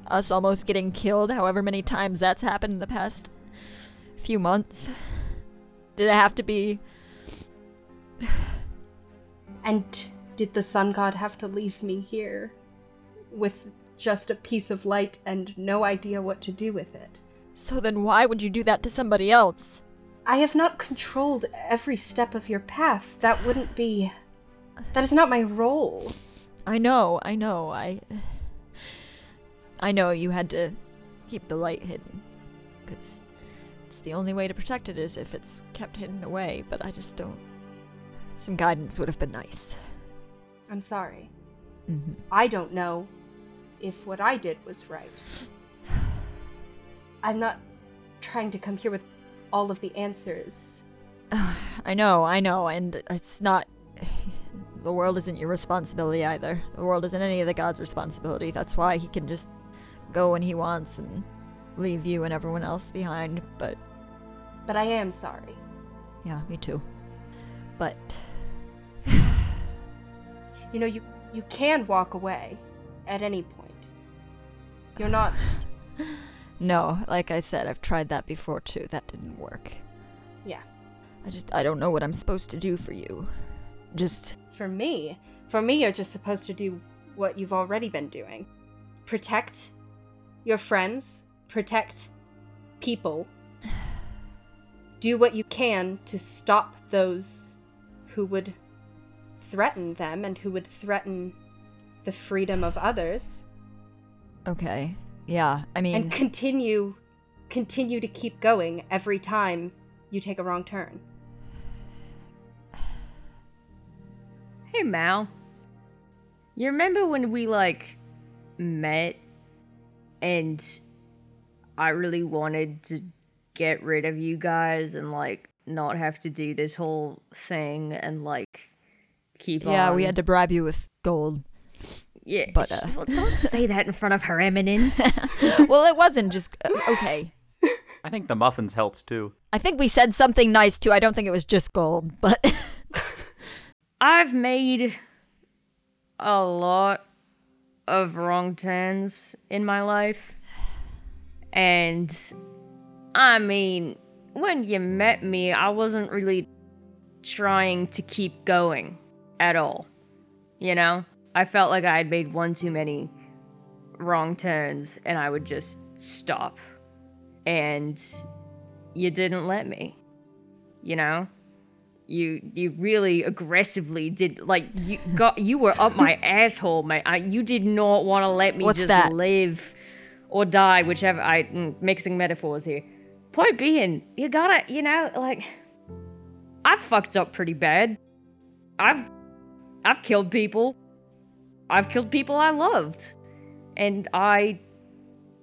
Speaker 4: us almost getting killed however many times that's happened in the past few months? Did it have to be.
Speaker 1: And did the sun god have to leave me here? With just a piece of light and no idea what to do with it?
Speaker 4: So then why would you do that to somebody else?
Speaker 1: I have not controlled every step of your path. That wouldn't be. That is not my role.
Speaker 4: I know, I know, I. I know you had to keep the light hidden. Because it's the only way to protect it is if it's kept hidden away, but I just don't. Some guidance would have been nice.
Speaker 1: I'm sorry. I don't know if what I did was right. I'm not trying to come here with all of the answers.
Speaker 4: I know, I know, and it's not. The world isn't your responsibility either. The world isn't any of the god's responsibility. That's why he can just go when he wants and leave you and everyone else behind, but
Speaker 1: But I am sorry.
Speaker 4: Yeah, me too. But
Speaker 1: you know, you you can walk away at any point. You're not
Speaker 4: No, like I said, I've tried that before too. That didn't work.
Speaker 1: yeah.
Speaker 4: I just I don't know what I'm supposed to do for you. Just
Speaker 1: For me, for me you're just supposed to do what you've already been doing. Protect your friends, protect people. Do what you can to stop those who would threaten them and who would threaten the freedom of others
Speaker 4: okay. Yeah. I mean,
Speaker 1: and continue continue to keep going every time you take a wrong turn.
Speaker 3: Hey, Mal. You remember when we, like, met and I really wanted to get rid of you guys and, like, not have to do this whole thing and, like, keep on.
Speaker 4: yeah, we had to bribe you with gold.
Speaker 3: Yeah,
Speaker 4: but,
Speaker 3: sh-
Speaker 4: uh,
Speaker 3: well, don't say that in front of her eminence.
Speaker 4: well, it wasn't just uh, okay.
Speaker 2: I think the muffins helps too.
Speaker 4: I think we said something nice too. I don't think it was just gold, but
Speaker 3: I've made a lot of wrong turns in my life. And I mean, when you met me, I wasn't really trying to keep going at all. You know? I felt like I had made one too many wrong turns and I would just stop. And you didn't let me. You know? you you really aggressively did like you got you were up my asshole mate I, you did not want to let me
Speaker 4: What's
Speaker 3: just
Speaker 4: that?
Speaker 3: live or die whichever i mm, mixing metaphors here point being you gotta you know like i've fucked up pretty bad i've i've killed people i've killed people i loved and i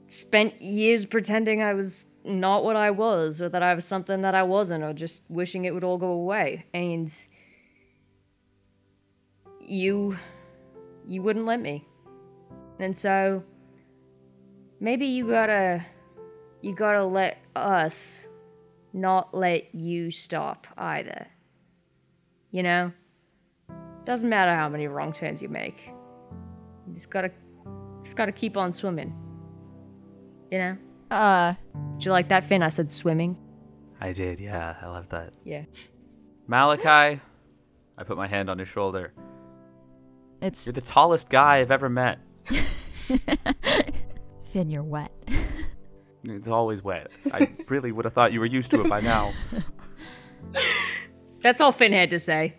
Speaker 3: spent years pretending I was not what I was, or that I was something that I wasn't, or just wishing it would all go away. And you, you wouldn't let me. And so, maybe you gotta, you gotta let us not let you stop either. You know? Doesn't matter how many wrong turns you make. You just gotta, just gotta keep on swimming. You know?
Speaker 4: uh
Speaker 3: Did you like that, Finn? I said swimming.
Speaker 2: I did, yeah, I love that.
Speaker 3: Yeah.
Speaker 2: Malachi, I put my hand on his shoulder.
Speaker 4: it's
Speaker 2: You're the tallest guy I've ever met.
Speaker 4: Finn, you're wet.
Speaker 2: It's always wet. I really would have thought you were used to it by now.
Speaker 3: That's all Finn had to say.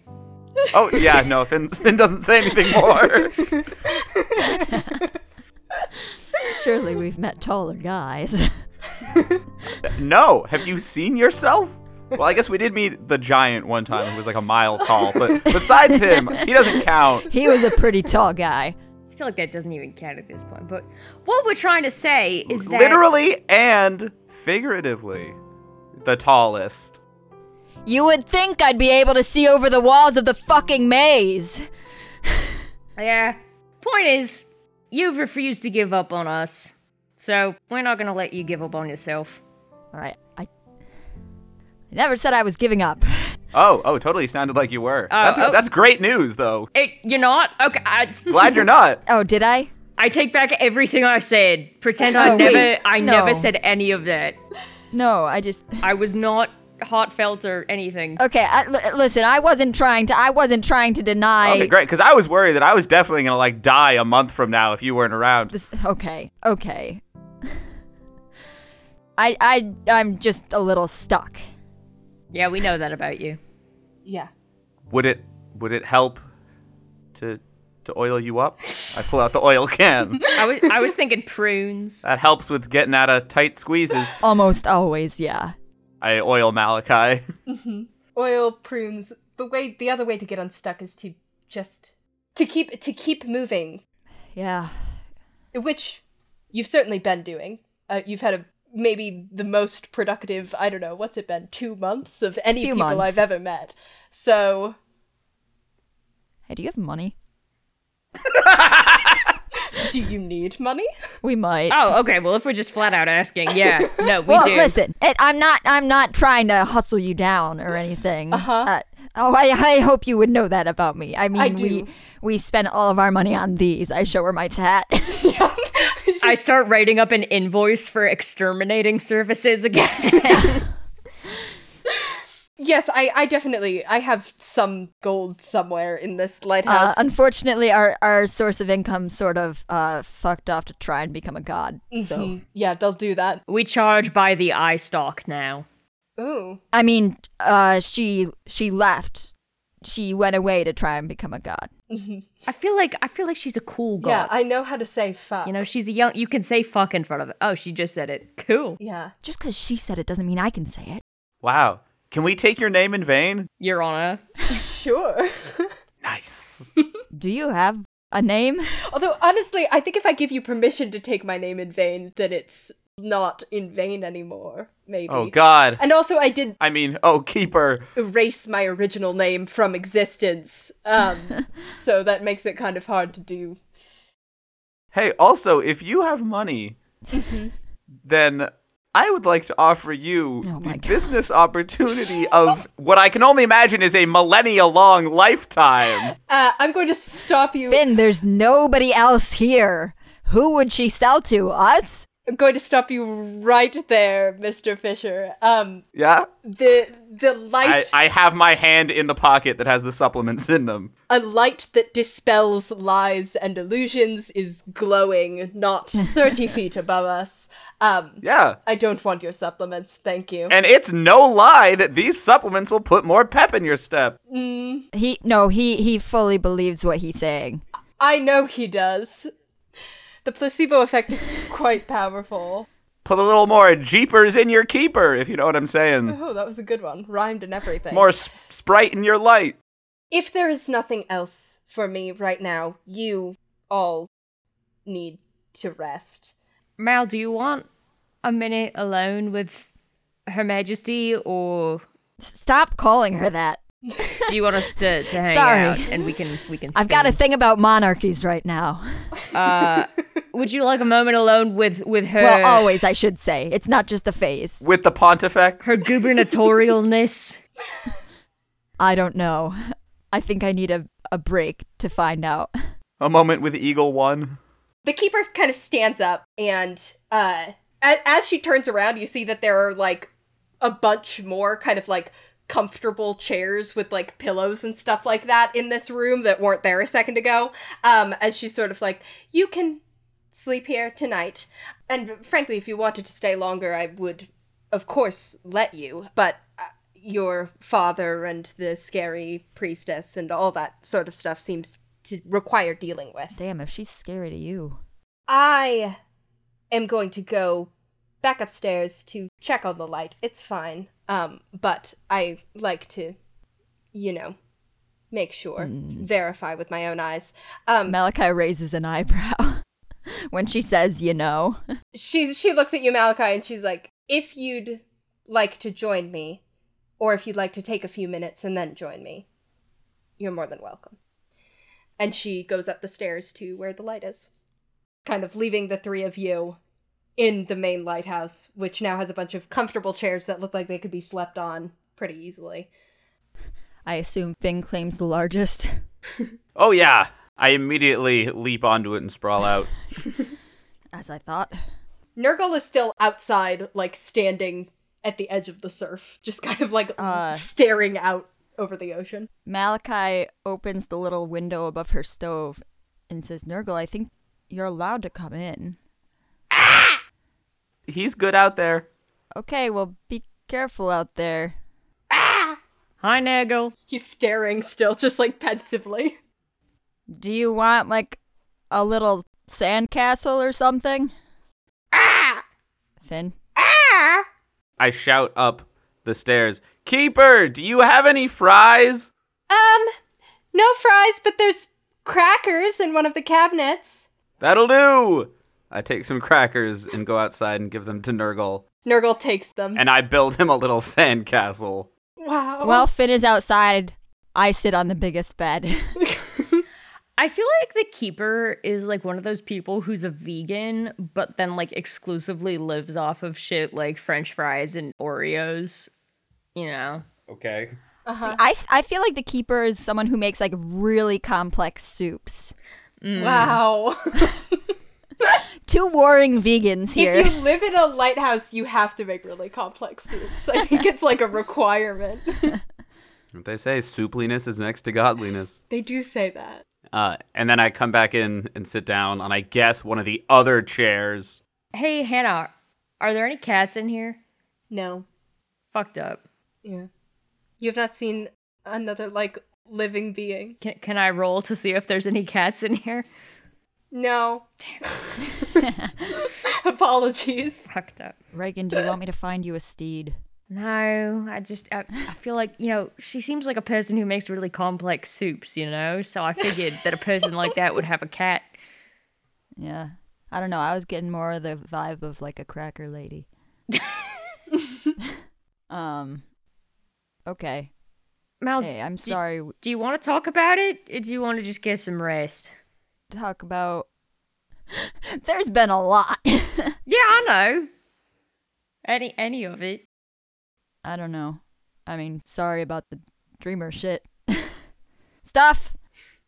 Speaker 2: Oh yeah, no, Finn, Finn doesn't say anything more.
Speaker 4: Surely we've met taller guys.
Speaker 2: No, have you seen yourself? Well, I guess we did meet the giant one time who was like a mile tall, but besides him, he doesn't count.
Speaker 4: he was a pretty tall guy.
Speaker 3: I feel like that doesn't even count at this point. But what we're trying to say is that
Speaker 2: Literally and figuratively, the tallest.
Speaker 4: You would think I'd be able to see over the walls of the fucking maze.
Speaker 3: Yeah. Point is, you've refused to give up on us, so we're not gonna let you give up on yourself.
Speaker 4: All right, I, I never said I was giving up.
Speaker 2: Oh, oh, totally sounded like you were.
Speaker 3: Oh,
Speaker 2: that's
Speaker 3: oh.
Speaker 2: that's great news though.
Speaker 3: Eh, you're not okay. I,
Speaker 2: Glad you're not.
Speaker 4: Oh, did I?
Speaker 3: I take back everything I said. Pretend I
Speaker 4: Oh,
Speaker 3: never.
Speaker 4: wait,
Speaker 3: I
Speaker 4: no.
Speaker 3: never said any of that.
Speaker 4: No, I just
Speaker 3: I was not heartfelt or anything.
Speaker 4: okay. I, l- listen, I wasn't trying to. I wasn't trying to deny.
Speaker 2: Okay, great. Because I was worried that I was definitely gonna like die a month from now if you weren't around.
Speaker 4: This, okay, okay. I I I'm just a little stuck.
Speaker 3: Yeah, we know that about you.
Speaker 1: Yeah.
Speaker 2: Would it would it help to to oil you up? I pull out the oil can.
Speaker 3: I was I was thinking prunes.
Speaker 2: that helps with getting out of tight squeezes.
Speaker 4: Almost always, yeah.
Speaker 2: I oil Malachi.
Speaker 1: oil prunes the way the other way to get unstuck is to just to keep to keep moving
Speaker 4: Yeah.
Speaker 1: which you've certainly been doing uh, you've had a maybe the most productive i don't know what's it been two months of any
Speaker 4: Few
Speaker 1: people
Speaker 4: months.
Speaker 1: i've ever met so
Speaker 4: Hey, do you have money?
Speaker 1: do you need money
Speaker 4: We might.
Speaker 3: Oh, okay. Well, if we're just flat out asking, yeah, no, we
Speaker 4: well,
Speaker 3: do.
Speaker 4: listen, it, I'm not I'm not trying to hustle you down or anything. Uh-huh. Oh, I, I hope you would know that about me. I mean, we
Speaker 1: do.
Speaker 4: we spent all of our money on these. I show her my tat.
Speaker 3: I start writing up an invoice for exterminating services again.
Speaker 1: Yes, I, I definitely I have some gold somewhere in this
Speaker 4: Uh,
Speaker 1: lighthouse.
Speaker 4: unfortunately, our, our source of income sort of uh, fucked off to try and become a god. So,
Speaker 1: Mhm. yeah, they'll do that.
Speaker 3: we charge by the eye stock now.
Speaker 1: Ooh.
Speaker 4: I mean, uh, she she left. She went away to try and become a god.
Speaker 3: I feel like I feel like she's a cool girl.
Speaker 1: Yeah, I know how to say fuck.
Speaker 3: you know, she's a young. You can say fuck in front of it. Oh, she just said it. Cool.
Speaker 1: Yeah.
Speaker 4: Just because she said it doesn't mean I can say it.
Speaker 2: Wow. Can we take your name in vain?
Speaker 3: Your Honor.
Speaker 1: Sure.
Speaker 2: Nice.
Speaker 4: Do you have a name?
Speaker 1: Although honestly, I think if I give you permission to take my name in vain, then it's not in vain anymore, maybe.
Speaker 2: oh God.
Speaker 1: And also I did
Speaker 2: I mean, oh keeper.
Speaker 1: erase my original name from existence. Um so that makes it kind of hard to do.
Speaker 2: Hey, also, if you have money, then I would like to offer you
Speaker 4: Mm-hmm. Oh my
Speaker 2: the
Speaker 4: God.
Speaker 2: business opportunity of what I can only imagine is a millennia long lifetime.
Speaker 1: Uh I'm going to stop you
Speaker 4: Finn, there's nobody else here. Who would she sell to? Us?
Speaker 1: I'm going to stop you right there, Mr. Fisher. Um
Speaker 2: Yeah?
Speaker 1: the the
Speaker 2: I,
Speaker 1: light
Speaker 2: I have my hand in the pocket that has the supplements in them.
Speaker 1: a light that dispels lies and illusions is glowing not 30 feet above us um
Speaker 2: Yeah.
Speaker 1: i don't want your supplements thank you
Speaker 2: And it's no lie that these supplements will put more pep in your step.
Speaker 4: He no, he he fully believes what he's saying.
Speaker 1: i know he does the placebo effect is quite powerful
Speaker 2: Put a little more jeepers in your keeper, if you know what I'm saying.
Speaker 1: oh that was a good one rhymed and everything
Speaker 2: More sp- sprite in your light.
Speaker 1: if there is nothing else for me right now you all need to rest
Speaker 3: Mal, do you want a minute alone with Her Majesty, or
Speaker 4: S- Stop calling her that.
Speaker 3: do you want us to, to hang
Speaker 4: Sorry.
Speaker 3: out and we can we can?
Speaker 4: I've got a
Speaker 3: spin?
Speaker 4: thing about monarchies right now.
Speaker 3: Uh, would you like a moment alone with with her?
Speaker 4: Well, oh, always, I should say. It's not just a phase.
Speaker 2: With the pontifex.
Speaker 3: her gubernatorialness.
Speaker 4: I don't know. I think I need a, a break to find out.
Speaker 2: A moment with Eagle One.
Speaker 1: the keeper kind of stands up and uh a- as she turns around you see that there are like a bunch more kind of like comfortable chairs with like pillows and stuff like that in this room that weren't there a second ago um as she's sort of like you can sleep here tonight and frankly if you wanted to stay longer i would of course let you but uh, your father and the scary priestess and all that sort of stuff seems to require dealing with
Speaker 4: Damn, if she's scary to you.
Speaker 1: I am going to go back upstairs to check on the light. It's fine. Um, but I like to, you know, make sure, verify with my own eyes. Um,
Speaker 4: Malachi raises an eyebrow when she says, you know.
Speaker 1: she she looks at you, Malachi, and she's like, "If you'd like to join me, or if you'd like to take a few minutes and then join me, you're more than welcome." And she goes up the stairs to where the light is, kind of leaving the three of you in the main lighthouse, which now has a bunch of comfortable chairs that look like they could be slept on pretty easily.
Speaker 4: I assume Finn claims the largest.
Speaker 2: Oh yeah. I immediately leap onto it and sprawl out.
Speaker 4: As I thought.
Speaker 1: Nurgle is still outside, like standing at the edge of the surf, just kind of like
Speaker 4: Uh.
Speaker 1: staring out over the ocean.
Speaker 4: Malachi opens the little window above her stove and says, Nurgle, I think you're allowed to come in.
Speaker 2: He's good out there.
Speaker 4: Okay, well, be careful out there.
Speaker 3: Hi, Nagel.
Speaker 1: He's staring still, just like pensively.
Speaker 4: Do you want, like, a little sandcastle or something? Ah! Finn?
Speaker 1: Ah!
Speaker 2: I shout up the stairs. Keeper, do you have any fries?
Speaker 1: Um, no fries, but there's crackers in one of the cabinets.
Speaker 2: That'll do. I take some crackers and go outside and give them to Nurgle,
Speaker 1: Nurgle takes them.
Speaker 2: and I build him a little sandcastle.
Speaker 1: wow.
Speaker 4: Well, Finn is outside. I sit on the biggest bed.
Speaker 3: I feel like the keeper is like one of those people who's a vegan, but then like exclusively lives off of shit like French fries and Oreos. You know,
Speaker 2: Okay.
Speaker 1: Uh-huh.
Speaker 4: See, I, s- I feel like the keeper is someone who makes like really complex soups.
Speaker 1: Wow.
Speaker 4: Two warring vegans
Speaker 1: if
Speaker 4: here.
Speaker 1: you live in a lighthouse, you have to make really complex soups. I think it's like a requirement.
Speaker 2: What they say, soupliness is next to godliness.
Speaker 1: they do say that.
Speaker 2: Uh, and then I come back in and sit down on, I guess, one of the other chairs.
Speaker 3: Hey, Hannah, are there any cats in here?
Speaker 1: No.
Speaker 3: Fucked up.
Speaker 1: Yeah. You have not seen another like living being.
Speaker 3: Can, can I roll to see if there's any cats in here?
Speaker 1: No. Apologies.
Speaker 3: Fucked up.
Speaker 4: Reagan, do you want me to find you a steed?
Speaker 3: No, I just I, I feel like you know she seems like a person who makes really complex soups, you know. So I figured that a person like that would have a cat.
Speaker 4: Yeah. I don't know. I was getting more of the vibe of like a cracker lady. um. Okay.
Speaker 3: Mal,
Speaker 4: Hey, I'm
Speaker 3: do-
Speaker 4: sorry. w-
Speaker 3: Do you want to talk about it, or do you want to just get some rest?
Speaker 4: Talk about. There's been a lot.
Speaker 3: Yeah, I know. Any any of it.
Speaker 4: I don't know. I mean, sorry about the dreamer shit. Stuff.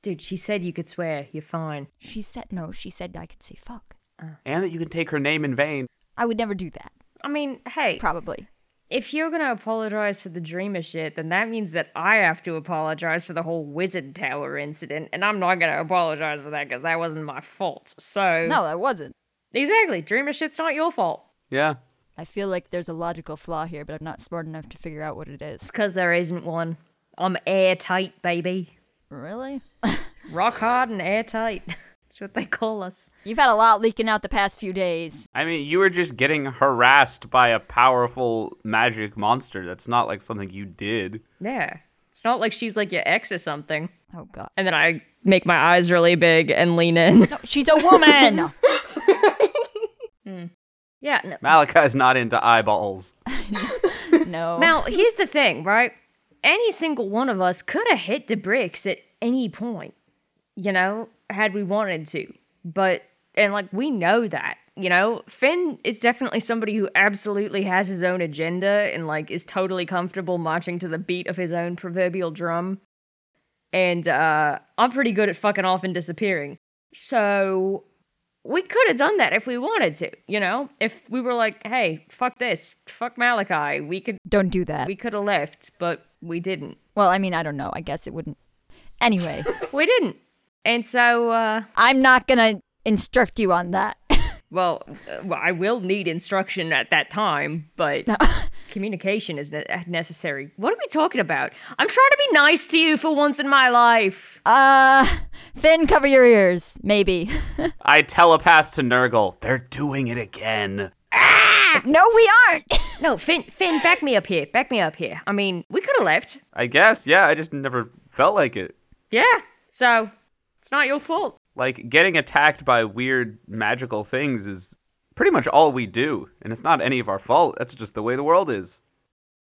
Speaker 3: Dude, she said you could swear. You're fine.
Speaker 4: She said no. She said I could say fuck.
Speaker 2: And that you can take her name in vain.
Speaker 4: I would never do that.
Speaker 3: I mean, hey,
Speaker 4: Probably.
Speaker 3: if you're gonna apologize for the dreamer shit, then that means that I have to apologize for the whole wizard tower incident, and I'm not gonna apologize for that because that wasn't my fault. So
Speaker 4: No, I wasn't.
Speaker 3: exactly, dreamer shit's not your fault.
Speaker 2: Yeah.
Speaker 4: I feel like there's a logical flaw here, but I'm not smart enough to figure out what it
Speaker 3: It's
Speaker 4: is.
Speaker 3: because there isn't one. I'm airtight, baby.
Speaker 4: Really?
Speaker 3: Rock hard and airtight. That's what they call us.
Speaker 4: You've had a lot leaking out the past few days.
Speaker 2: I mean, you were just getting harassed by a powerful magic monster. That's not like something you did.
Speaker 3: Yeah, it's not like she's like your ex or something.
Speaker 4: Oh god.
Speaker 3: And then I make my eyes really big and lean in.
Speaker 4: No, she's a woman.
Speaker 3: yeah, no,
Speaker 2: Malachi's not into eyeballs.
Speaker 4: no.
Speaker 3: Now, here's the thing, right? Any single one of us could have hit the bricks at any point, you know, had we wanted to. But, and like, we know that, you know? Finn is definitely somebody who absolutely has his own agenda and, like, is totally comfortable marching to the beat of his own proverbial drum. And, uh, I'm pretty good at fucking off and disappearing. So, we could have done that if we wanted to, you know? If we were like, hey, fuck this, fuck Malachi, we could
Speaker 4: Don't do that.
Speaker 3: we could have left, but we didn't.
Speaker 4: Well, I mean, I don't know. I guess it wouldn't. Anyway,
Speaker 3: We didn't. And so, uh,
Speaker 4: I'm not gonna instruct you on that.
Speaker 3: well, uh, well, I will need instruction at that time, but communication is ne- necessary. What are we talking about? I'm trying to be nice to you for once in my life.
Speaker 4: Uh, Finn, cover your ears. Maybe.
Speaker 2: I telepath to Nurgle. They're doing it again.
Speaker 4: no, we aren't.
Speaker 3: No, Finn, Finn, back me up here. Back me up here. I mean, we could have left.
Speaker 2: I guess, yeah, I just never felt like it.
Speaker 3: Yeah. So, it's not your fault.
Speaker 2: Like, getting attacked by weird magical things is pretty much all we do, and it's not any of our fault. That's just the way the world is.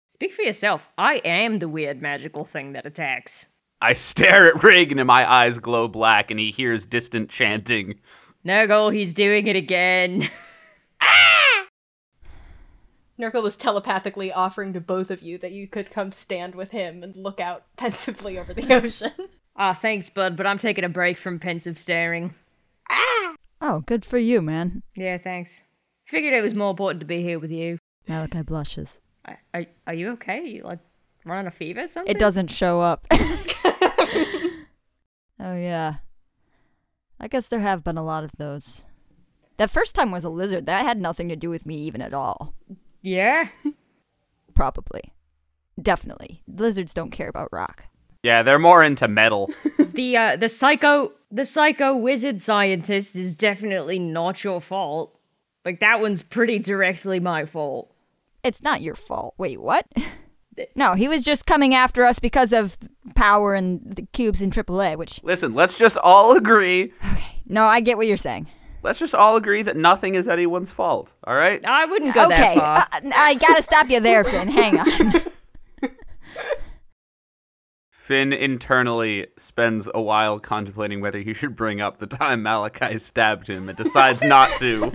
Speaker 3: Speak for yourself. I am the weird magical thing that attacks.
Speaker 2: I stare at Reagan and my eyes glow black, and he hears distant chanting.
Speaker 3: Nurgle, he's doing it again.
Speaker 1: Nurgle is telepathically offering to both of you that you could come stand with him and look out pensively over the ocean.
Speaker 3: Ah, thanks, bud, but I'm taking a break from pensive staring.
Speaker 4: Oh, good for you, man.
Speaker 3: Yeah, thanks. Figured it was more important to be here with you.
Speaker 4: Malachi blushes.
Speaker 3: Are, are, are you okay? You like running a fever or something?
Speaker 4: It doesn't show up. oh yeah. I guess there have been a lot of those. That first time was a lizard. That had nothing to do with me even at all.
Speaker 3: Yeah.
Speaker 4: Probably. Definitely. Lizards don't care about rock.
Speaker 2: Yeah, they're more into metal.
Speaker 3: the uh, the psycho the psycho wizard scientist is definitely not your fault. Like that one's pretty directly my fault.
Speaker 4: It's not your fault. Wait, what? No, he was just coming after us because of power and the cubes in AAA, which
Speaker 2: Listen, let's just all agree.
Speaker 4: No, I get what you're saying.
Speaker 2: Let's just all agree that nothing is anyone's fault, all right?
Speaker 3: I wouldn't go
Speaker 4: okay.
Speaker 3: that far.
Speaker 4: uh, I got to stop you there, Finn. Hang on.
Speaker 2: Finn internally spends a while contemplating whether he should bring up the time Malachi stabbed him and decides not to.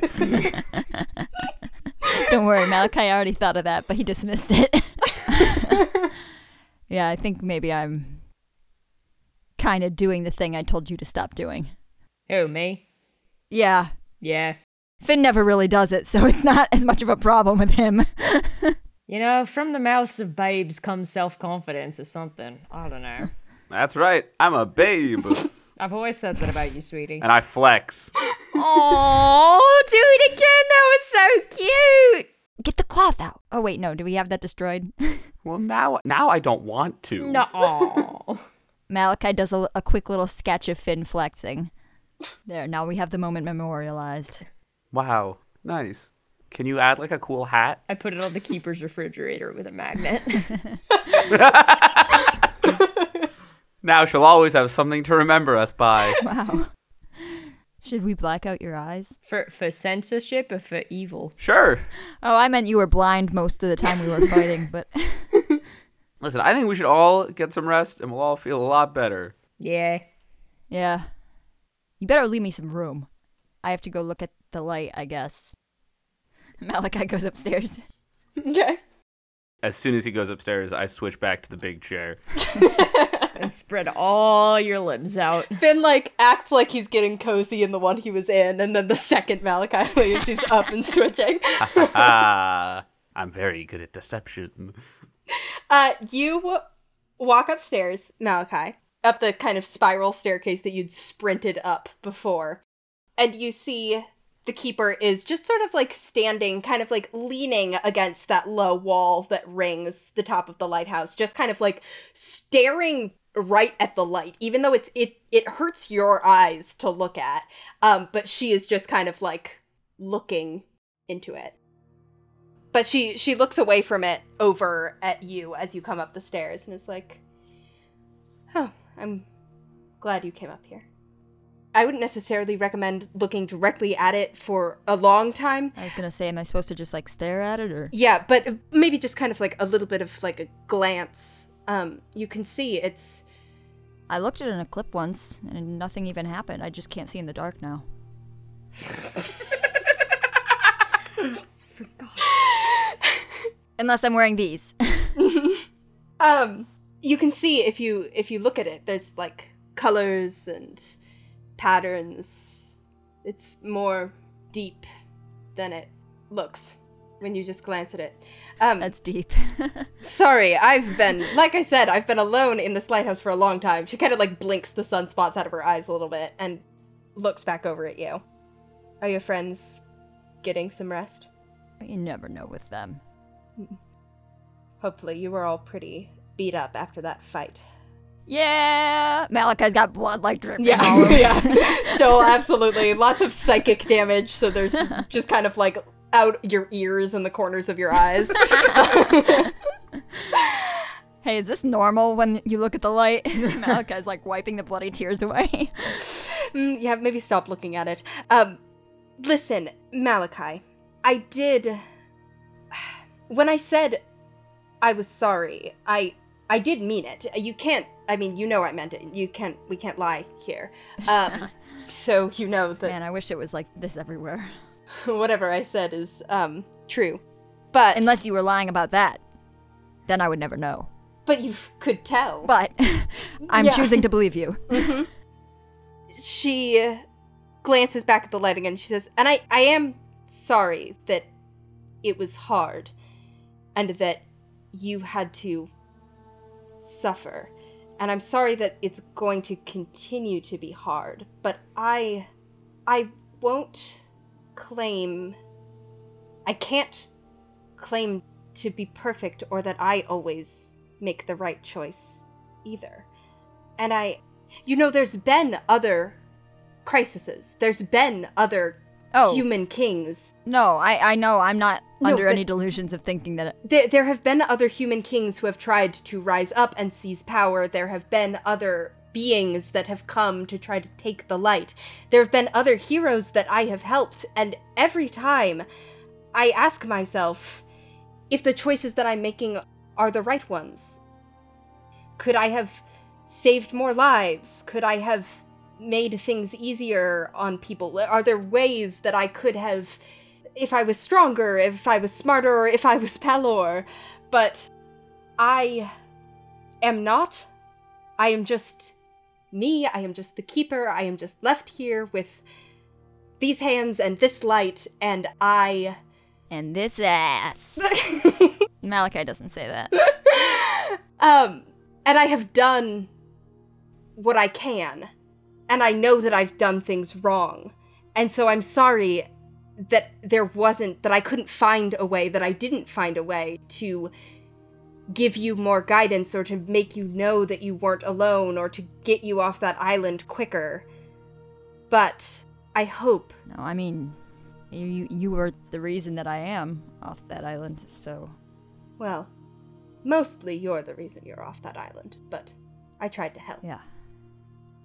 Speaker 4: Don't worry, Malachi already thought of that, but he dismissed it. Yeah, I think maybe I'm kind of doing the thing I told you to stop doing.
Speaker 3: Who, me?
Speaker 4: Yeah.
Speaker 3: Yeah.
Speaker 4: Finn never really does it, so it's not as much of a problem with him.
Speaker 3: You know, from the mouths of babes comes self confidence or something. I don't know.
Speaker 2: That's right. I'm a babe,
Speaker 3: I've always said that about you, sweetie.
Speaker 2: and I flex.
Speaker 3: Oh, do it again. That was so cute.
Speaker 4: Get the cloth out. Oh wait, no, do we have that destroyed?
Speaker 2: Well, now, now I don't want to.
Speaker 3: No. aw.
Speaker 4: Malachi does a, a quick little sketch of Finn flexing. There, now we have the moment memorialized.
Speaker 2: Wow, nice. Can you add like a cool hat?
Speaker 3: I put it on the keeper's refrigerator with a magnet.
Speaker 2: Now she'll always have something to remember us by.
Speaker 4: Wow. Should we black out your eyes?
Speaker 3: for for censorship or for evil?
Speaker 2: Sure.
Speaker 4: Oh, I meant you were blind most of the time we were fighting, but
Speaker 2: Listen, I think we should all get some rest and we'll all feel a lot better.
Speaker 3: Yeah.
Speaker 4: yeah. You better leave me some room. I have to go look at the light, I guess. Malachi goes upstairs.
Speaker 1: Okay.
Speaker 2: As soon as he goes upstairs, I switch back to the big chair.
Speaker 3: And spread all your limbs out.
Speaker 1: Finn like acts like he's getting cozy in the one he was in, and then the second Malachi leaves, he's up and switching.
Speaker 2: Ah, I'm very good at deception.
Speaker 1: Uh, you w- walk upstairs, Malachi, up the kind of spiral staircase that you'd sprinted up before, and you see the keeper is just sort of like standing, kind of like leaning against that low wall that rings the top of the lighthouse, just kind of like staring right at the light even though it's it it hurts your eyes to look at um but she is just kind of like looking into it but she she looks away from it over at you as you come up the stairs and is like oh i'm glad you came up here i wouldn't necessarily recommend looking directly at it for a long time
Speaker 4: I was gonna say, am I supposed to just like stare at it or?
Speaker 1: yeah but maybe just kind of like a little bit of like a glance um you can see it's
Speaker 4: I looked at an eclipse once and nothing even happened. I just can't see in the dark now. Unless I'm wearing these.
Speaker 1: um you can see if you if you look at it there's like colors and patterns it's more deep than it looks when you just glance at it um
Speaker 4: That's deep.
Speaker 1: sorry i've been like i said i've been alone in this lighthouse for a long time she kind of like blinks the sunspots out of her eyes a little bit and looks back over at you are your friends getting some rest
Speaker 4: you never know with them.
Speaker 1: hopefully you were all pretty beat up after that fight
Speaker 4: Yeah, Malachi's got blood like dripping. all
Speaker 1: Yeah,
Speaker 4: over.
Speaker 1: yeah. So absolutely, lots of psychic damage. So there's just kind of like out your ears and the corners of your eyes. Um,
Speaker 4: Hey, is this normal when you look at the light? Malachi's like wiping the bloody tears away.
Speaker 1: Mm, yeah, maybe stop looking at it. Um, listen, Malachi, I did. When I said I was sorry, I I did mean it. You can't. I mean, you know I meant it. You can't. We can't lie here. Um, so you know that
Speaker 4: Man, I wish it was like this everywhere.
Speaker 1: whatever I said is um true. But
Speaker 4: Unless you were lying about that, then I would never know.
Speaker 1: but you f- could tell.
Speaker 4: But I'm
Speaker 1: Yeah.
Speaker 4: choosing to believe you.
Speaker 1: she glances back at the light again. She says, "And I, I am sorry that it was hard, and that you had to suffer, and I'm sorry that it's going to continue to be hard. But I, I won't claim. I can't claim to be perfect or that I always make the right choice either. And I, you know, there's been other crises. There's been other
Speaker 4: Oh.
Speaker 1: human kings.
Speaker 4: No, I, I know I'm not
Speaker 1: No,
Speaker 4: under
Speaker 1: but-
Speaker 4: any delusions of thinking that.
Speaker 1: There, there have been other human kings who have tried to rise up and seize power. There have been other beings that have come to try to take the light. There have been other heroes that I have helped, and every time I ask myself if the choices that I'm making are the right ones. Could I have saved more lives? Could I have made things easier on people? Are there ways that I could have, if I was stronger, if I was smarter, if I was Pelor? But I. am not. I am just me. I am just the keeper. I am just left here with these hands and this light, and I.
Speaker 4: And this ass. Malachi doesn't say that.
Speaker 1: Um, and I have done what I can, and I know that I've done things wrong, and so I'm sorry that there wasn't that I couldn't find a way that I didn't find a way to give you more guidance or to make you know that you weren't alone or to get you off that island quicker. But I hope
Speaker 4: No, I mean, you you were the reason that I am off that island. So
Speaker 1: Well, mostly you're the reason you're off that island, but I tried to help.
Speaker 4: yeah,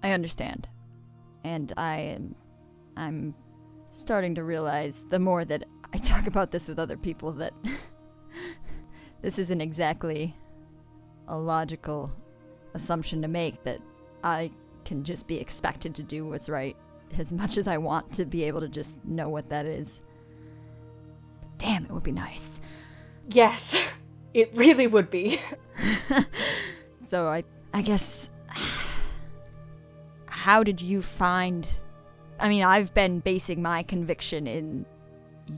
Speaker 4: I understand, and I am I'm starting to realize the more that I talk about this with other people that this isn't exactly a logical assumption to make that I can just be expected to do what's right as much as I want to be able to just know what that is. Damn, it would be nice.
Speaker 1: Yes, it really would be.
Speaker 4: So I I guess how did you find I mean, I've been basing my conviction in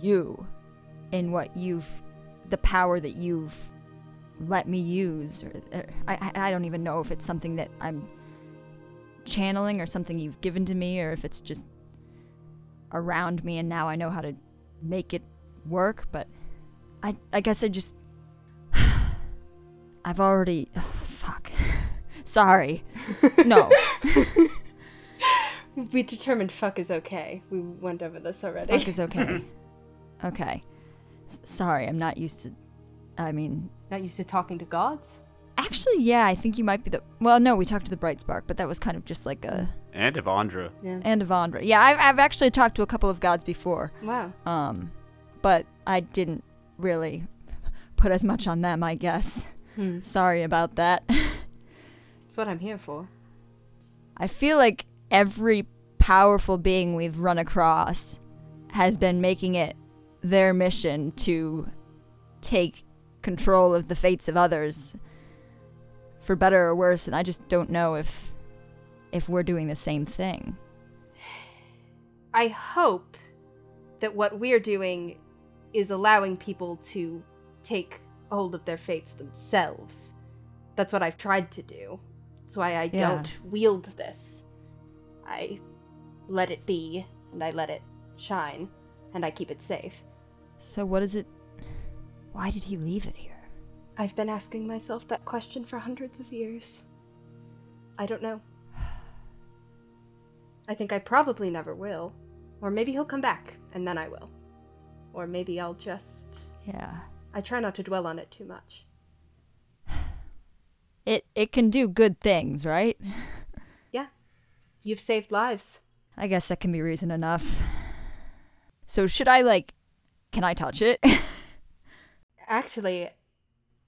Speaker 4: you in what you've the power that you've let me use or, or I I I don't even know if it's something that I'm channeling or something you've given to me or if it's just around me and now I know how to make it work, but I I guess I just I've already. Oh, fuck. Sorry. No.
Speaker 1: We determined fuck is okay. We went over this
Speaker 4: fuck
Speaker 1: already.
Speaker 4: is okay. Okay. S- sorry, I'm not used to. I mean,
Speaker 1: Not used to talking to gods?
Speaker 4: actually, yeah, I think you might be the. Well, no, we talked to the Bright Spark, but that was kind of just like a.
Speaker 2: And Evandra.
Speaker 1: Eh.
Speaker 4: And Avandra. Yeah, I've, I've actually talked to a couple of gods before,
Speaker 1: Wow.
Speaker 4: um, but I didn't really put as much on them, I guess.
Speaker 1: Hmm.
Speaker 4: Sorry about that.
Speaker 1: That's what I'm here for.
Speaker 4: I feel like every powerful being we've run across has been making it their mission to take control of the fates of others for better or worse and I just don't know if if we're doing the same thing.
Speaker 1: I hope that what we're doing is allowing people to take hold of their fates themselves. That's what I've tried to do. That's why I
Speaker 4: Yeah.
Speaker 1: don't wield this. I let it be, and I let it shine, and I keep it safe.
Speaker 4: So what is it why did he leave it here?
Speaker 1: I've been asking myself that question for hundreds of years. I don't know. I think I probably never will. Or maybe he'll come back, and then I will. Or maybe I'll just.
Speaker 4: Yeah.
Speaker 1: I try not to dwell on it too much.
Speaker 4: It it can do good things, right?
Speaker 1: Yeah. You've saved lives.
Speaker 4: I guess that can be reason enough. So should I like can I touch it?
Speaker 1: Actually,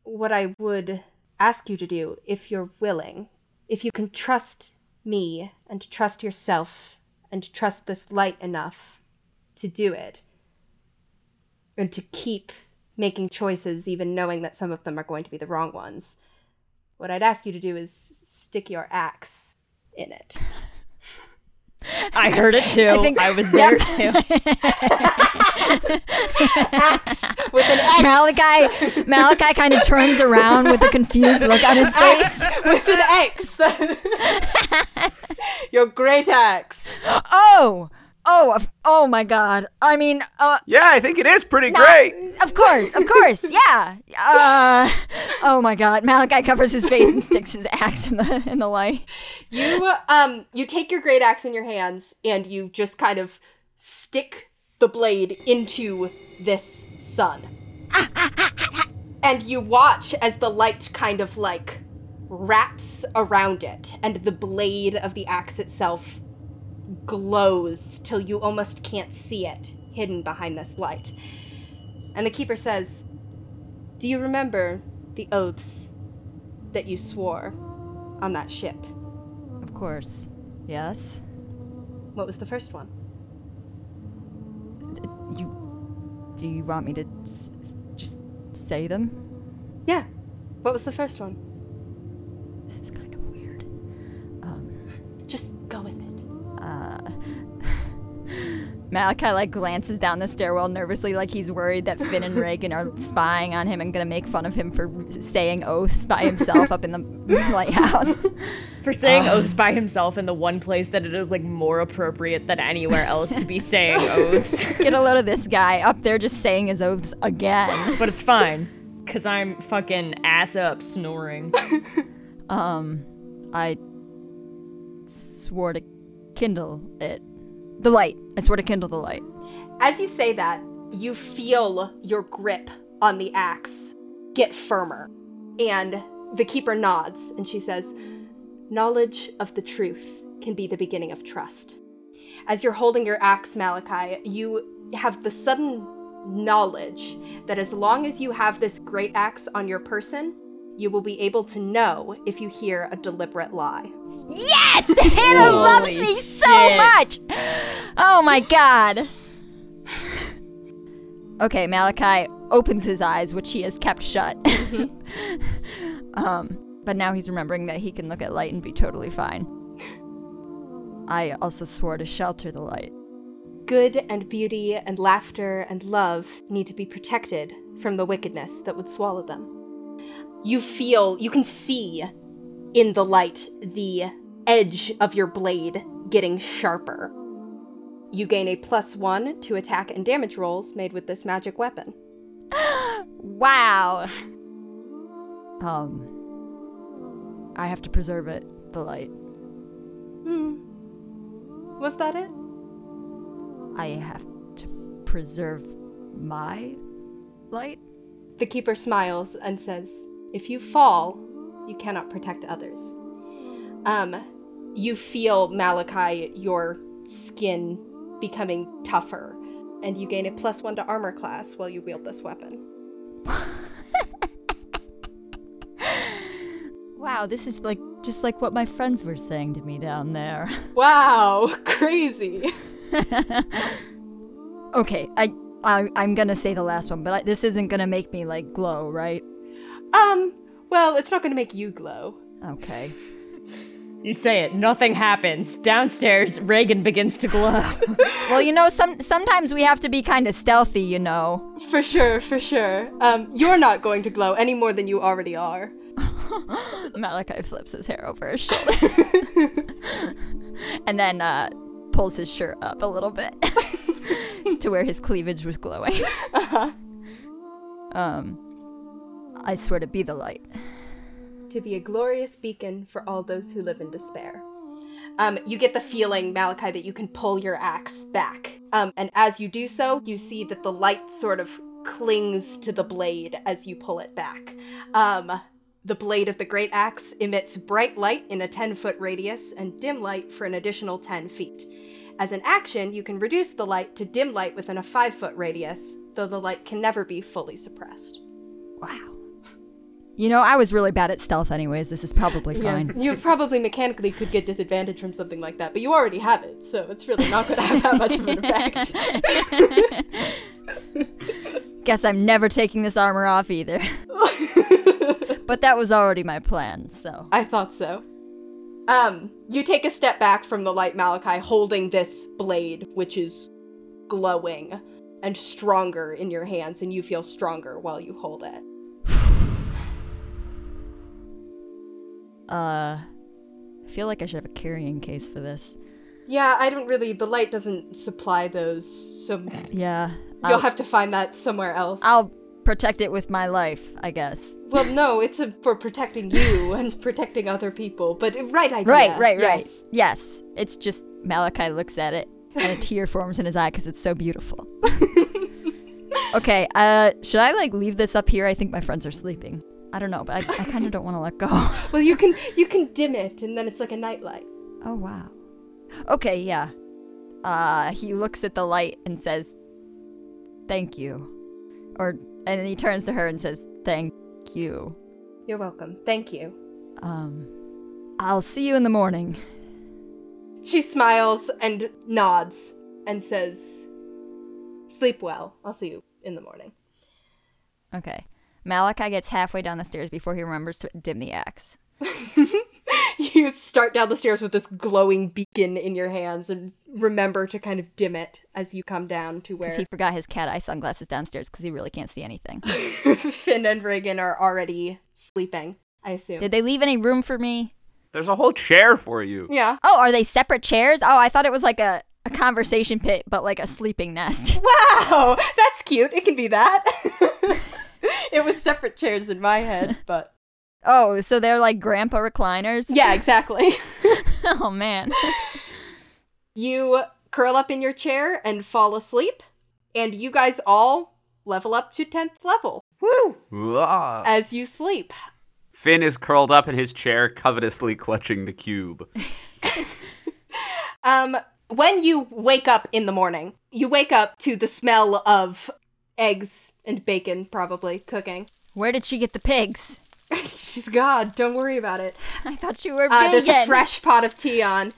Speaker 1: what I would ask you to do, if you're willing, if you can trust me and trust yourself and trust this light enough to do it and to keep making choices, even knowing that some of them are going to be the wrong ones, what I'd ask you to do is stick your axe in it.
Speaker 3: I heard it too. I,
Speaker 4: think-
Speaker 3: was there too.
Speaker 1: With an axe!
Speaker 4: Malachi Malachi kind of turns around with a confused look on his face.
Speaker 1: with an X. Your great axe.
Speaker 4: Oh, oh, of- oh my God! I mean, uh,
Speaker 2: Yeah, I think it is pretty great.
Speaker 4: of course, of course, yeah. Uh, oh my God! Malachi covers his face and sticks his axe in the in the light.
Speaker 1: You um you take your great axe in your hands and you just kind of stick the blade into this sun. and you watch as the light kind of like wraps around it and the blade of the axe itself glows till you almost can't see it hidden behind this light. And the keeper says, "Do you remember the oaths that you swore on that ship?"
Speaker 4: Of course, yes.
Speaker 1: What was the first one?
Speaker 4: You do you want me to s- s- just say them?
Speaker 1: Yeah. What was the first one?
Speaker 4: this is kind of weird.
Speaker 1: Just go with it.
Speaker 4: Malachi like glances down the stairwell nervously, like he's worried that Finn and Reagan are spying on him and gonna make fun of him for saying oaths by himself up in the lighthouse.
Speaker 3: For saying oaths by himself in the one place that it is like more appropriate than anywhere else to be saying oaths.
Speaker 4: Get a load of this guy up there just saying his oaths again.
Speaker 3: But it's fine. Cause I'm fucking ass up snoring.
Speaker 4: I swore to kindle it. The light. I swore to kindle the light.
Speaker 1: As you say that, you feel your grip on the axe get firmer. And the keeper nods and she says, Knowledge of the truth can be the beginning of trust. As you're holding your axe, Malachi, you have the sudden knowledge that as long as you have this great axe on your person, you will be able to know if you hear a deliberate lie.
Speaker 4: Yes! Hannah
Speaker 3: Holy
Speaker 4: loves me so
Speaker 3: shit.
Speaker 4: much! Oh my god. okay, Malachi opens his eyes, which he has kept shut. um, but now he's remembering that he can look at light and be totally fine. I also swore to shelter the light.
Speaker 1: Good and beauty and laughter and love need to be protected from the wickedness that would swallow them. You feel, you can see in the light the edge of your blade getting sharper. You gain a plus one to attack and damage rolls made with this magic weapon.
Speaker 4: Wow. Um, I have to preserve it, the light.
Speaker 1: Was that it?
Speaker 4: I have to preserve my light?
Speaker 1: The keeper smiles and says, If you fall, you cannot protect others. Um, you feel, Malachi, your skin becoming tougher, and you gain a plus one to armor class while you wield this weapon.
Speaker 4: Wow, this is like just like what my friends were saying to me down there.
Speaker 1: Wow, crazy.
Speaker 4: okay, I, I I'm gonna say the last one, but I, this isn't gonna make me like glow, right?
Speaker 1: Um, well, it's not gonna make you glow.
Speaker 4: Okay.
Speaker 3: You say it, nothing happens. Downstairs, Reagan begins to glow.
Speaker 4: Well, you know, some sometimes we have to be kind of stealthy, you know.
Speaker 1: For sure, for sure. Um, you're not going to glow any more than you already are.
Speaker 4: Malachi flips his hair over his shoulder, and then uh, pulls his shirt up a little bit to where his cleavage was glowing. Um, I swear to be the light.
Speaker 1: to be a glorious beacon for all those who live in despair. Um, you get the feeling, Malachi, that you can pull your axe back. Um, and as you do so, you see that the light sort of clings to the blade as you pull it back. Um, the blade of the great axe emits bright light in a 10 foot radius and dim light for an additional 10 feet. As an action, you can reduce the light to dim light within a 5 foot radius, though the light can never be fully suppressed.
Speaker 4: Wow. You know, I was really bad at stealth, anyways. This is probably fine.
Speaker 1: Yeah, you probably mechanically could get disadvantage from something like that, but you already have it, so it's really not going to have that much of an effect.
Speaker 4: Guess I'm never taking this armor off either. but that was already my plan, so.
Speaker 1: I thought so. Um, you take a step back from the light Malachi, holding this blade, which is glowing and stronger in your hands, and you feel stronger while you hold it.
Speaker 4: Uh. I feel like I should have a carrying case for this.
Speaker 1: Yeah, I don't really. The light doesn't supply those, so you'll
Speaker 4: Yeah. I'll,
Speaker 1: have to find that somewhere else.
Speaker 4: I'll protect it with my life, I guess.
Speaker 1: well, no, it's uh for protecting you and protecting other people. But right idea.
Speaker 4: Right, right, right.
Speaker 1: yes.
Speaker 4: Yes. It's just Malachi looks at it and a tear forms in his eye because it's so beautiful. okay, uh, should I like leave this up here? I think my friends are sleeping. I don't know, but I, I kind of don't want to let go.
Speaker 1: Well, you can you can dim it, and then it's like a nightlight.
Speaker 4: Oh wow. Okay, yeah. Uh he looks at the light and says thank you. Or and then he turns to her and says thank you.
Speaker 1: You're welcome. Thank you.
Speaker 4: Um I'll see you in the morning.
Speaker 1: She smiles and nods and says, "Sleep well. I'll see you in the morning."
Speaker 4: Okay. Malachi gets halfway down the stairs before he remembers to dim the axe.
Speaker 1: you start down the stairs with this glowing beacon in your hands and remember to kind of dim it as you come down to where
Speaker 4: Because he forgot his cat eye sunglasses downstairs because he really can't see anything.
Speaker 1: Finn and Regan are already sleeping, I assume.
Speaker 4: Did they leave any room for me?
Speaker 2: There's a whole chair for you.
Speaker 1: yeah.
Speaker 4: Oh, are they separate chairs? Oh, I thought it was like a, a conversation pit, but like a sleeping nest.
Speaker 1: Wow, that's cute. It can be that. it was separate chairs in my head, but
Speaker 4: Oh, so they're like grandpa recliners?
Speaker 1: yeah, exactly.
Speaker 4: oh, man.
Speaker 1: You curl up in your chair and fall asleep, and you guys all level up to 10th level
Speaker 3: Woo!
Speaker 2: Wah.
Speaker 1: as you sleep.
Speaker 2: Finn is curled up in his chair, covetously clutching the cube.
Speaker 1: Um, when you wake up in the morning, you wake up to the smell of eggs and bacon, probably cooking.
Speaker 4: Where did she get the pigs?
Speaker 1: She's God, don't worry about it.
Speaker 4: I thought you were
Speaker 1: Uh, there's a
Speaker 4: vegan.
Speaker 1: fresh pot of tea on.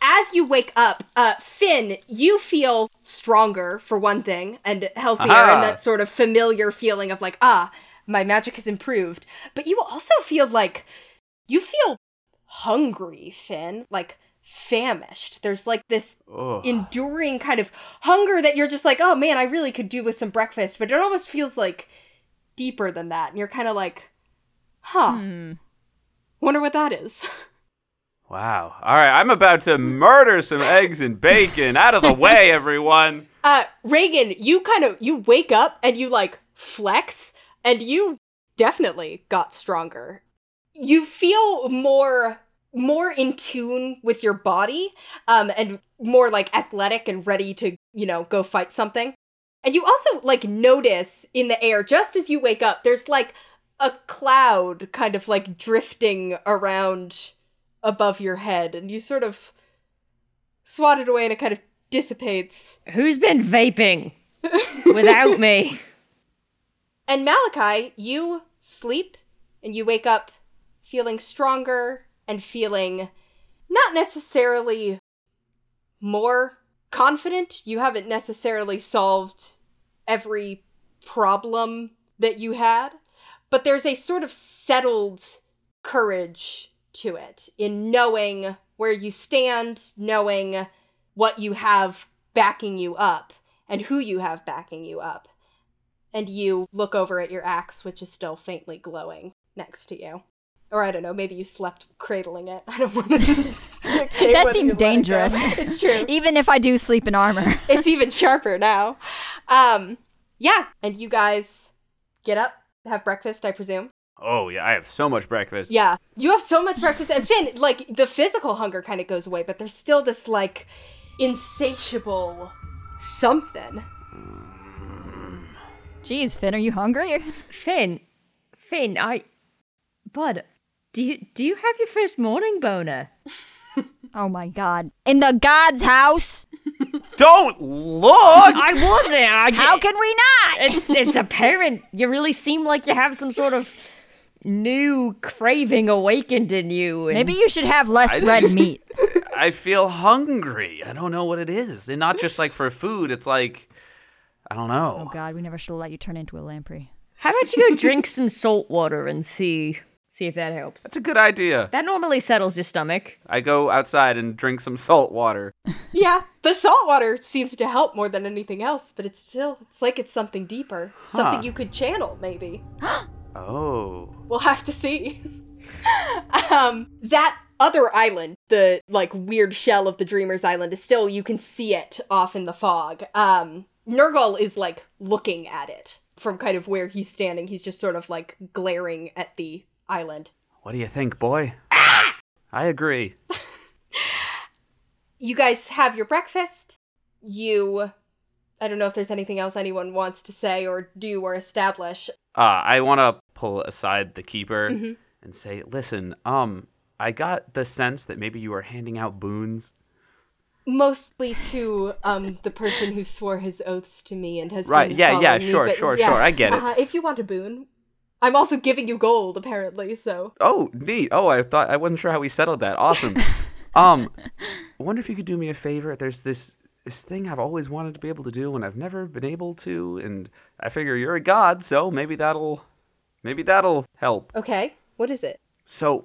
Speaker 1: As you wake up, uh, Finn, you feel stronger for one thing and healthier,
Speaker 2: Aha.
Speaker 1: and that sort of familiar feeling of like, ah, my magic has improved. But you also feel like you feel hungry, Finn, like famished. There's like this
Speaker 2: Ugh.
Speaker 1: enduring kind of hunger that you're just like, oh man, I really could do with some breakfast. But it almost feels like deeper than that. And you're kind of like, huh,
Speaker 4: Hmm.
Speaker 1: wonder what that is.
Speaker 2: Wow. All right, I'm about to murder some eggs and bacon. Out of the way, everyone.
Speaker 1: uh reagan you kind of you wake up and you like flex and you definitely got stronger you feel more more in tune with your body um and more like athletic and ready to you know go fight something and you also like notice in the air just as you wake up there's like a cloud kind of like drifting around above your head and you sort of swat it away and it kind of dissipates
Speaker 3: Who's been vaping without me?
Speaker 1: And Malachi, you sleep and you wake up feeling stronger and feeling not necessarily more confident. You haven't necessarily solved every problem that you had, but there's a sort of settled courage to it in knowing where you stand, knowing what you have backing you up and who you have backing you up and you look over at your axe, which is still faintly glowing next to you. Or I don't know, maybe you slept cradling it. I don't want to.
Speaker 4: That seems dangerous.
Speaker 1: It's true.
Speaker 4: Even if I do sleep in armor.
Speaker 1: It's even sharper now. Um, yeah, and you guys get up, have breakfast, I presume.
Speaker 2: Oh, yeah, I have so much breakfast.
Speaker 1: Yeah, you have so much breakfast, and Finn, like the physical hunger kind of goes away, but there's still this like insatiable something.
Speaker 4: Jeez, Finn, are you hungry?
Speaker 3: Finn, Finn, I, bud, do you do you have your first morning boner?
Speaker 4: Oh my god. In the god's house?
Speaker 2: Don't look!
Speaker 3: I wasn't. I
Speaker 4: How can we not?
Speaker 3: it's it's apparent. You really seem like you have some sort of new craving awakened in you. and-
Speaker 4: Maybe you should have less red meat.
Speaker 2: I feel hungry. I don't know what it is. And not just like for food, it's like, I don't
Speaker 4: Oh
Speaker 2: know.
Speaker 4: god, we never should have let you turn into a lamprey.
Speaker 3: How about you go drink some salt water and see see if that helps.
Speaker 2: That's a good idea.
Speaker 3: That normally settles your stomach.
Speaker 2: I go outside and drink some salt water.
Speaker 1: Yeah, the salt water seems to help more than anything else, but it's still it's like it's something deeper, something
Speaker 2: Huh.
Speaker 1: you could channel maybe.
Speaker 2: Oh.
Speaker 1: We'll have to see. um that other island, the like weird shell of the Dreamers Island is still you can see it off in the fog. Um Nurgle is like looking at it from kind of where he's standing. He's just sort of like glaring at the island.
Speaker 2: What do you think, boy?
Speaker 4: Ah!
Speaker 2: I agree.
Speaker 1: you guys have your breakfast. You, I don't know if there's anything else anyone wants to say or do or establish.
Speaker 2: Uh, I want to pull aside the keeper and say, listen, um, I got the sense that maybe you were handing out boons.
Speaker 1: Mostly to um the person who swore his oaths to me and has
Speaker 2: Right,
Speaker 1: Been
Speaker 2: yeah, yeah,
Speaker 1: following me,
Speaker 2: sure,
Speaker 1: but
Speaker 2: sure,
Speaker 1: yeah.
Speaker 2: sure, I get it.
Speaker 1: Uh, if you want a boon, I'm also giving you gold apparently. So
Speaker 2: Oh, neat. Oh, I thought I wasn't sure how we settled that. Awesome. um, I wonder if you could do me a favor. There's this this thing I've always wanted to be able to do and I've never been able to, and I figure you're a god, so maybe that'll maybe that'll help.
Speaker 1: okay, what is it?
Speaker 2: So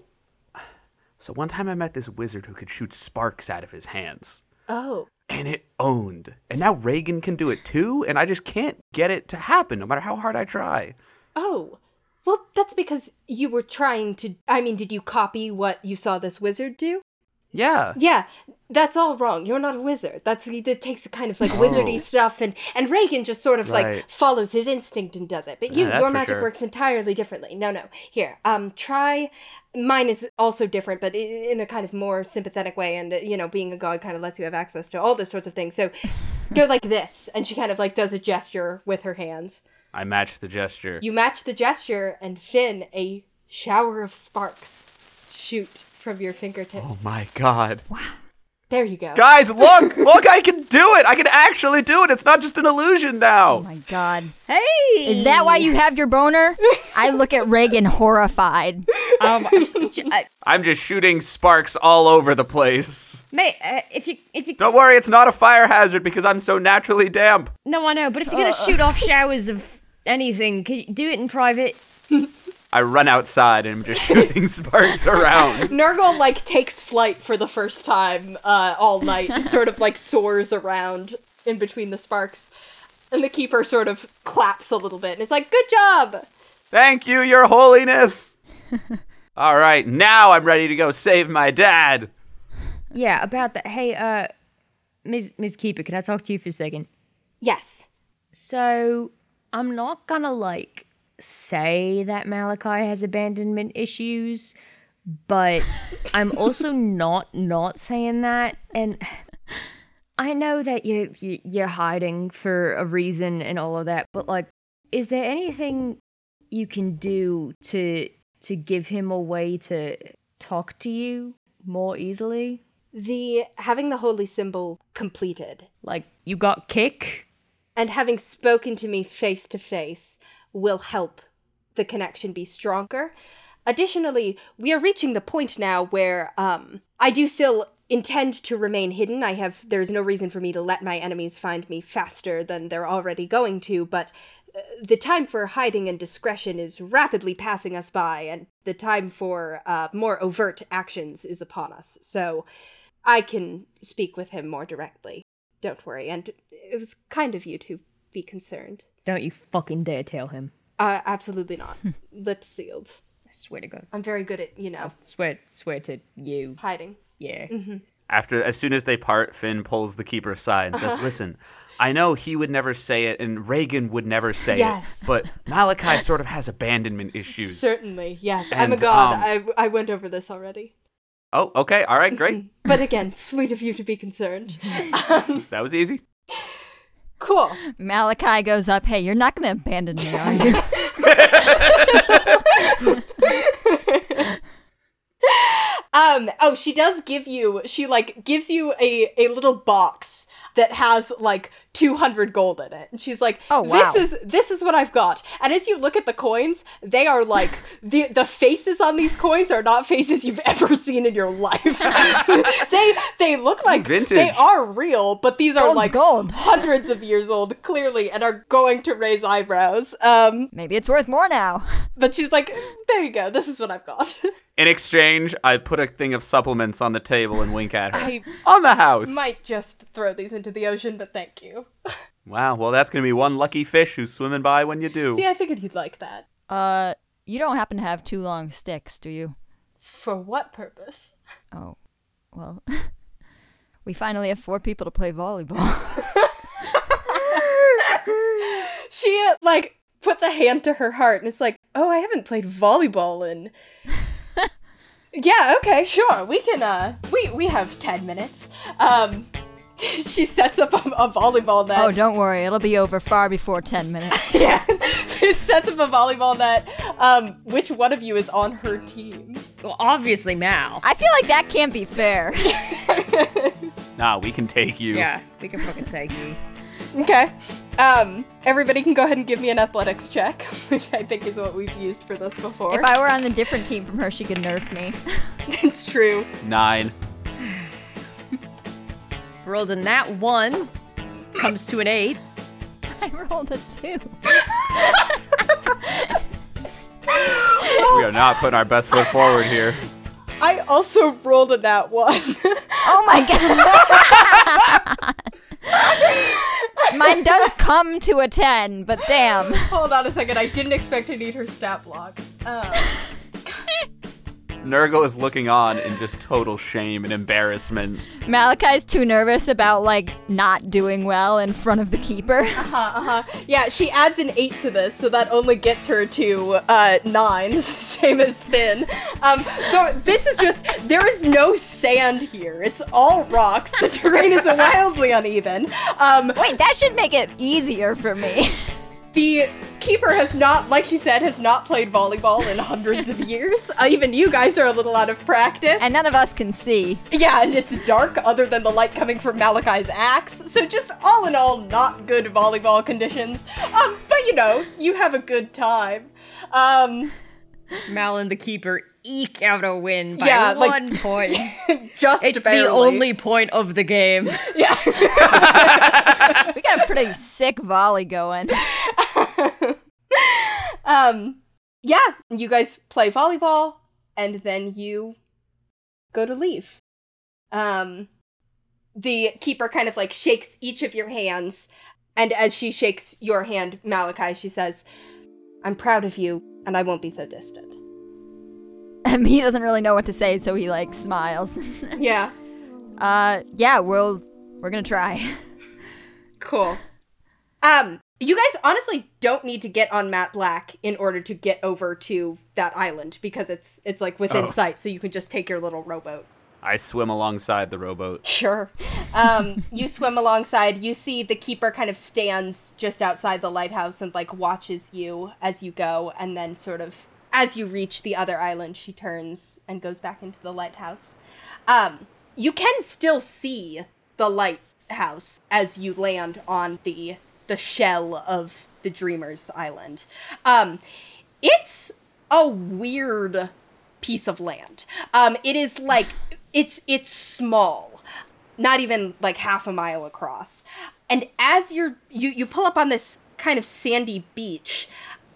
Speaker 2: So one time I met this wizard who could shoot sparks out of his hands,
Speaker 1: Oh.
Speaker 2: and it owned. And now Reagan can do it too, and I just can't get it to happen no matter how hard I try.
Speaker 1: Oh. Well, that's because you were trying to. I mean, did you copy what you saw this wizard do?
Speaker 2: Yeah.
Speaker 1: Yeah, that's all wrong. You're not a wizard. That's that takes a kind of like
Speaker 2: Oh.
Speaker 1: wizardy stuff, and and Reagan just sort of like
Speaker 2: Right.
Speaker 1: follows his instinct and does it. But you,
Speaker 2: Yeah, that's
Speaker 1: your
Speaker 2: for
Speaker 1: magic
Speaker 2: sure.
Speaker 1: works entirely differently. No, no. Here, um, try. Mine is also different, but i- in a kind of more sympathetic way, and uh, you know, being a god kind of lets you have access to all those sorts of things. So, go like this, and she kind of like does a gesture with her hands.
Speaker 2: I matched the gesture.
Speaker 1: You match the gesture, and Finn, a shower of sparks shoot from your fingertips.
Speaker 2: oh my god.
Speaker 1: There you go.
Speaker 2: Guys, look! Look, I can do it! I can actually do it! It's not just an illusion
Speaker 4: Oh
Speaker 2: now!
Speaker 4: my god.
Speaker 3: Hey!
Speaker 4: Is that why you have your boner? I look at Reagan horrified.
Speaker 3: Um, uh,
Speaker 2: I'm just shooting sparks all over the place.
Speaker 3: mate, uh, if you if you
Speaker 2: Don't worry, it's not a fire hazard because I'm so naturally damp.
Speaker 3: no, I know, but if you're gonna shoot off showers of anything, could you do it in private?
Speaker 2: I run outside and I'm just shooting sparks around.
Speaker 1: Nurgle like takes flight for the first time uh, all night and sort of like soars around in between the sparks. And the keeper sort of claps a little bit and it's like, Good job!
Speaker 2: Thank you, Your Holiness! All right, now I'm ready to go save my dad.
Speaker 3: Yeah, about that. Hey, uh, Ms. Ms. Keeper, can I talk to you for a second?
Speaker 1: Yes.
Speaker 3: So, I'm not gonna like say that Malachi has abandonment issues, but I'm also not not saying that. And I know that you, you you're hiding for a reason and all of that, but like, is there anything you can do to to give him a way to talk to you more easily?
Speaker 1: The having the holy symbol completed
Speaker 3: Like, you got kick?
Speaker 1: and having spoken to me face to face will help the connection be stronger. Additionally, we are reaching the point now where um, I do still intend to remain hidden. I have there's no reason for me to let my enemies find me faster than they're already going to, but uh, the time for hiding and discretion is rapidly passing us by, and the time for uh, more overt actions is upon us. So I can speak with him more directly. Don't worry, and it was kind of you to be concerned.
Speaker 3: Don't you fucking dare tell him.
Speaker 1: Uh, absolutely not. Lip sealed.
Speaker 3: I swear to God.
Speaker 1: I'm very good at, you know,
Speaker 3: Swear, swear to you.
Speaker 1: hiding.
Speaker 3: Yeah.
Speaker 2: After, as soon as they part, Finn pulls the keeper aside and says,
Speaker 1: Uh-huh.
Speaker 2: "Listen, I know he would never say it, and Reagan would never say
Speaker 1: Yes.
Speaker 2: it, but Malachi sort of has abandonment issues."
Speaker 1: Certainly, yes. I'm a
Speaker 2: And,
Speaker 1: god.
Speaker 2: um,
Speaker 1: I, I went over this already.
Speaker 2: Oh, okay, all right, great.
Speaker 1: But again, sweet of you to be concerned.
Speaker 2: That was easy.
Speaker 1: Cool.
Speaker 4: Malachi goes up, hey, you're not gonna abandon me, are you?
Speaker 1: Um, oh, she does give you, she like gives you a, a little box that has like 200 gold in it. And she's like,
Speaker 4: Oh, wow.
Speaker 1: this is, this is what I've got. And as you look at the coins, they are like, the, the faces on these coins are not faces you've ever seen in your life. they, they look like, they
Speaker 2: Vintage.
Speaker 1: are real, but these are
Speaker 4: Gold's
Speaker 1: like
Speaker 4: gold.
Speaker 1: hundreds of years old, clearly, and are going to raise eyebrows. Um,
Speaker 4: Maybe it's worth more now.
Speaker 1: but she's like, there you go. This is what I've got.
Speaker 2: In exchange, I put a thing of supplements on the table and wink at her.
Speaker 1: I-
Speaker 2: on the house.
Speaker 1: Might just throw these into the ocean, but thank you.
Speaker 2: Wow, well, that's going to be one lucky fish who's swimming by when you do.
Speaker 1: See, I figured you'd like that.
Speaker 4: Uh you don't happen to have two long sticks, do you?
Speaker 1: For what purpose?
Speaker 4: Oh. Well we finally have four people to play volleyball.
Speaker 1: She, uh, like, puts a hand to her heart and it's like, oh, I haven't played volleyball in. yeah, okay, sure. We can, uh, we, we have 10 minutes. Um, she sets up a, a volleyball net.
Speaker 4: oh, don't worry, it'll be over far before ten minutes.
Speaker 1: Yeah, she sets up a volleyball net. Um, which one of you is on her team?
Speaker 3: Well, obviously Mal.
Speaker 4: I feel like that can't be fair.
Speaker 2: Nah, we can take you.
Speaker 3: Yeah, we can fucking take you.
Speaker 1: Okay. Um, everybody can go ahead and give me an athletics check, which I think is what we've used for this before.
Speaker 4: if I were on the different team from her, she could nerf me.
Speaker 1: it's true.
Speaker 2: Nine.
Speaker 3: Rolled a nat one, comes to an eight.
Speaker 4: I rolled a two.
Speaker 1: Oh.
Speaker 2: We are not putting our best foot forward here.
Speaker 1: I also rolled a nat one.
Speaker 4: Oh my god. Mine does come to a 10, but damn.
Speaker 1: Hold on a second. I didn't expect to need her stat block. Um,
Speaker 2: Nurgle is looking on in just total shame and embarrassment.
Speaker 4: Malachi's too nervous about like not doing well in front of the keeper.
Speaker 1: yeah, she adds an eight to this, so that only gets her to uh, nine, same as Finn. Um, so this is just there is no sand here. It's all rocks. The terrain is wildly uneven. Um,
Speaker 4: Wait, that should make it easier for me.
Speaker 1: the keeper has not, like she said, has not played volleyball in hundreds of years. Uh, even you guys are a little out of practice.
Speaker 4: and none of us can see.
Speaker 1: Yeah, and it's dark other than the light coming from Malachi's axe. So just all in all, not good volleyball conditions. Um, but you know, you have a good time. Um,
Speaker 3: Mal and the keeper eke out a win by
Speaker 1: Yeah, like-
Speaker 3: one point.
Speaker 1: just
Speaker 3: it's
Speaker 1: barely.
Speaker 3: the only point of the game.
Speaker 1: Yeah.
Speaker 4: We got a pretty sick volley going.
Speaker 1: um, yeah, you guys play volleyball, and then you go to leave. Um, the keeper kind of like shakes each of your hands, and as she shakes your hand, Malachi, she says, "I'm proud of you, and I won't be so distant."
Speaker 4: And he doesn't really know what to say, so he like smiles.
Speaker 1: Yeah.
Speaker 4: Uh yeah, we'll we're going to try.
Speaker 1: Cool. Um, you guys honestly don't need to get on Matt Black in order to get over to that island because it's it's like within
Speaker 2: Oh.
Speaker 1: sight, so you can just take your little rowboat.
Speaker 2: I swim alongside the rowboat.
Speaker 1: Sure. Um, you swim alongside. You see the keeper kind of stands just outside the lighthouse and like watches you as you go, and then sort of as you reach the other island, she turns and goes back into the lighthouse. Um, you can still see the lighthouse as you land on the the shell of the Dreamers Island. Um, it's a weird piece of land. Um, it is like it's it's small, not even like half a mile across. And as you're you you pull up on this kind of sandy beach,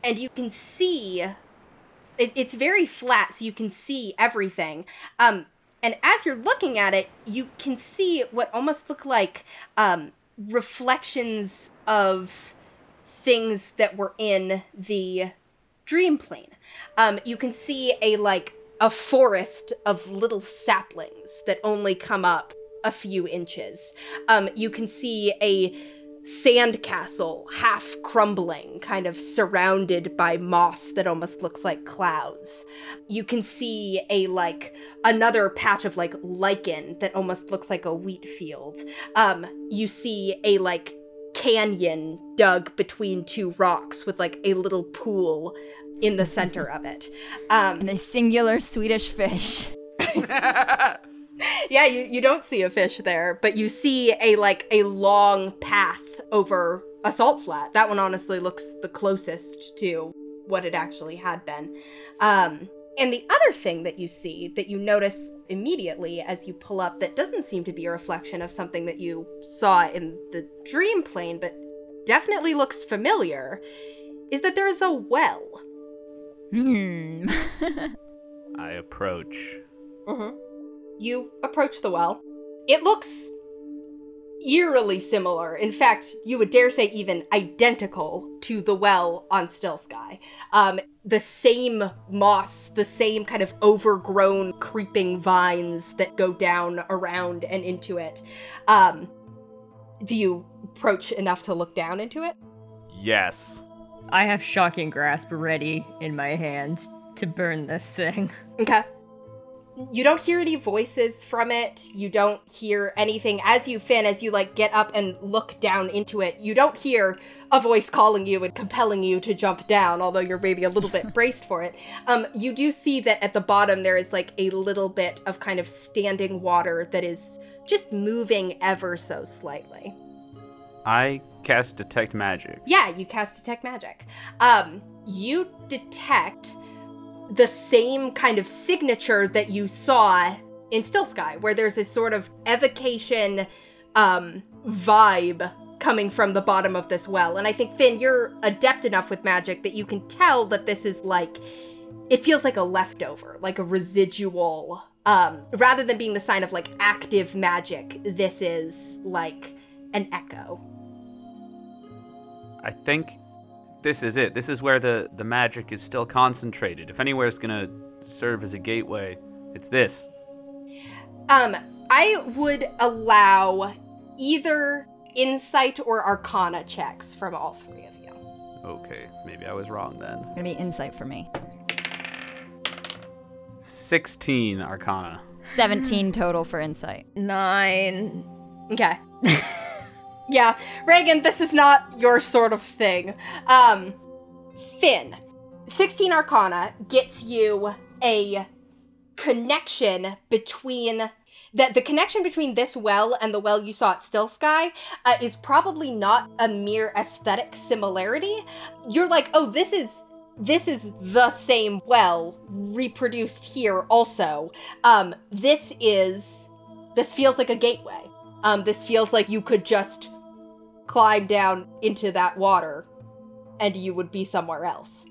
Speaker 1: and you can see it, it's very flat, so you can see everything. Um, and as you're looking at it, you can see what almost look like um, reflections of things that were in the dream plane. Um, you can see a like a forest of little saplings that only come up a few inches. Um, you can see a sandcastle half crumbling, kind of surrounded by moss that almost looks like clouds. You can see a like another patch of like lichen that almost looks like a wheat field. Um, you see a like canyon dug between two rocks with like a little pool in the center of it. Um,
Speaker 4: And a singular Swedish fish.
Speaker 1: yeah, you, you don't see a fish there, but you see a like a long path over a salt flat. That one honestly looks the closest to what it actually had been. Um, and the other thing that you see that you notice immediately as you pull up that doesn't seem to be a reflection of something that you saw in the dream plane, but definitely looks familiar, is that there is a well.
Speaker 4: Hmm.
Speaker 2: I approach.
Speaker 1: Mm-hmm. You approach the well. It looks eerily similar. In fact, you would dare say even identical to the well on Still Sky. Um, the same moss, the same kind of overgrown, creeping vines that go down around and into it. Um, do you approach enough to look down into it?
Speaker 2: Yes.
Speaker 3: I have shocking grasp ready in my hand to burn this thing.
Speaker 1: Okay. You don't hear any voices from it. You don't hear anything. As you, Finn, as you like get up and look down into it, you don't hear a voice calling you and compelling you to jump down, although you're maybe a little bit braced for it. Um, you do see that at the bottom there is like a little bit of kind of standing water that is just moving ever so slightly.
Speaker 2: I cast detect magic.
Speaker 1: Yeah, you cast detect magic. Um, you detect the same kind of signature that you saw in Still Sky, where there's this sort of evocation um, vibe coming from the bottom of this well. And I think Finn, you're adept enough with magic that you can tell that this is like it feels like a leftover, like a residual. Um, rather than being the sign of like active magic, this is like an echo.
Speaker 2: I think this is it. This is where the, the magic is still concentrated. If anywhere is going to serve as a gateway, it's this.
Speaker 1: Um, I would allow either insight or arcana checks from all three of you.
Speaker 2: Okay, maybe I was wrong then.
Speaker 4: Gonna be insight for me.
Speaker 2: 16 Arcana.
Speaker 4: 17 total for insight.
Speaker 3: Nine.
Speaker 1: Okay. yeah, Reagan, this is not your sort of thing. Um, Finn, 16 Arcana gets you a connection between that the connection between this well and the well you saw at Still Sky uh, is probably not a mere aesthetic similarity. You're like, oh, this is this is the same well reproduced here also. Um, this is this feels like a gateway. Um, this feels like you could just climb down into that water and you would be somewhere else.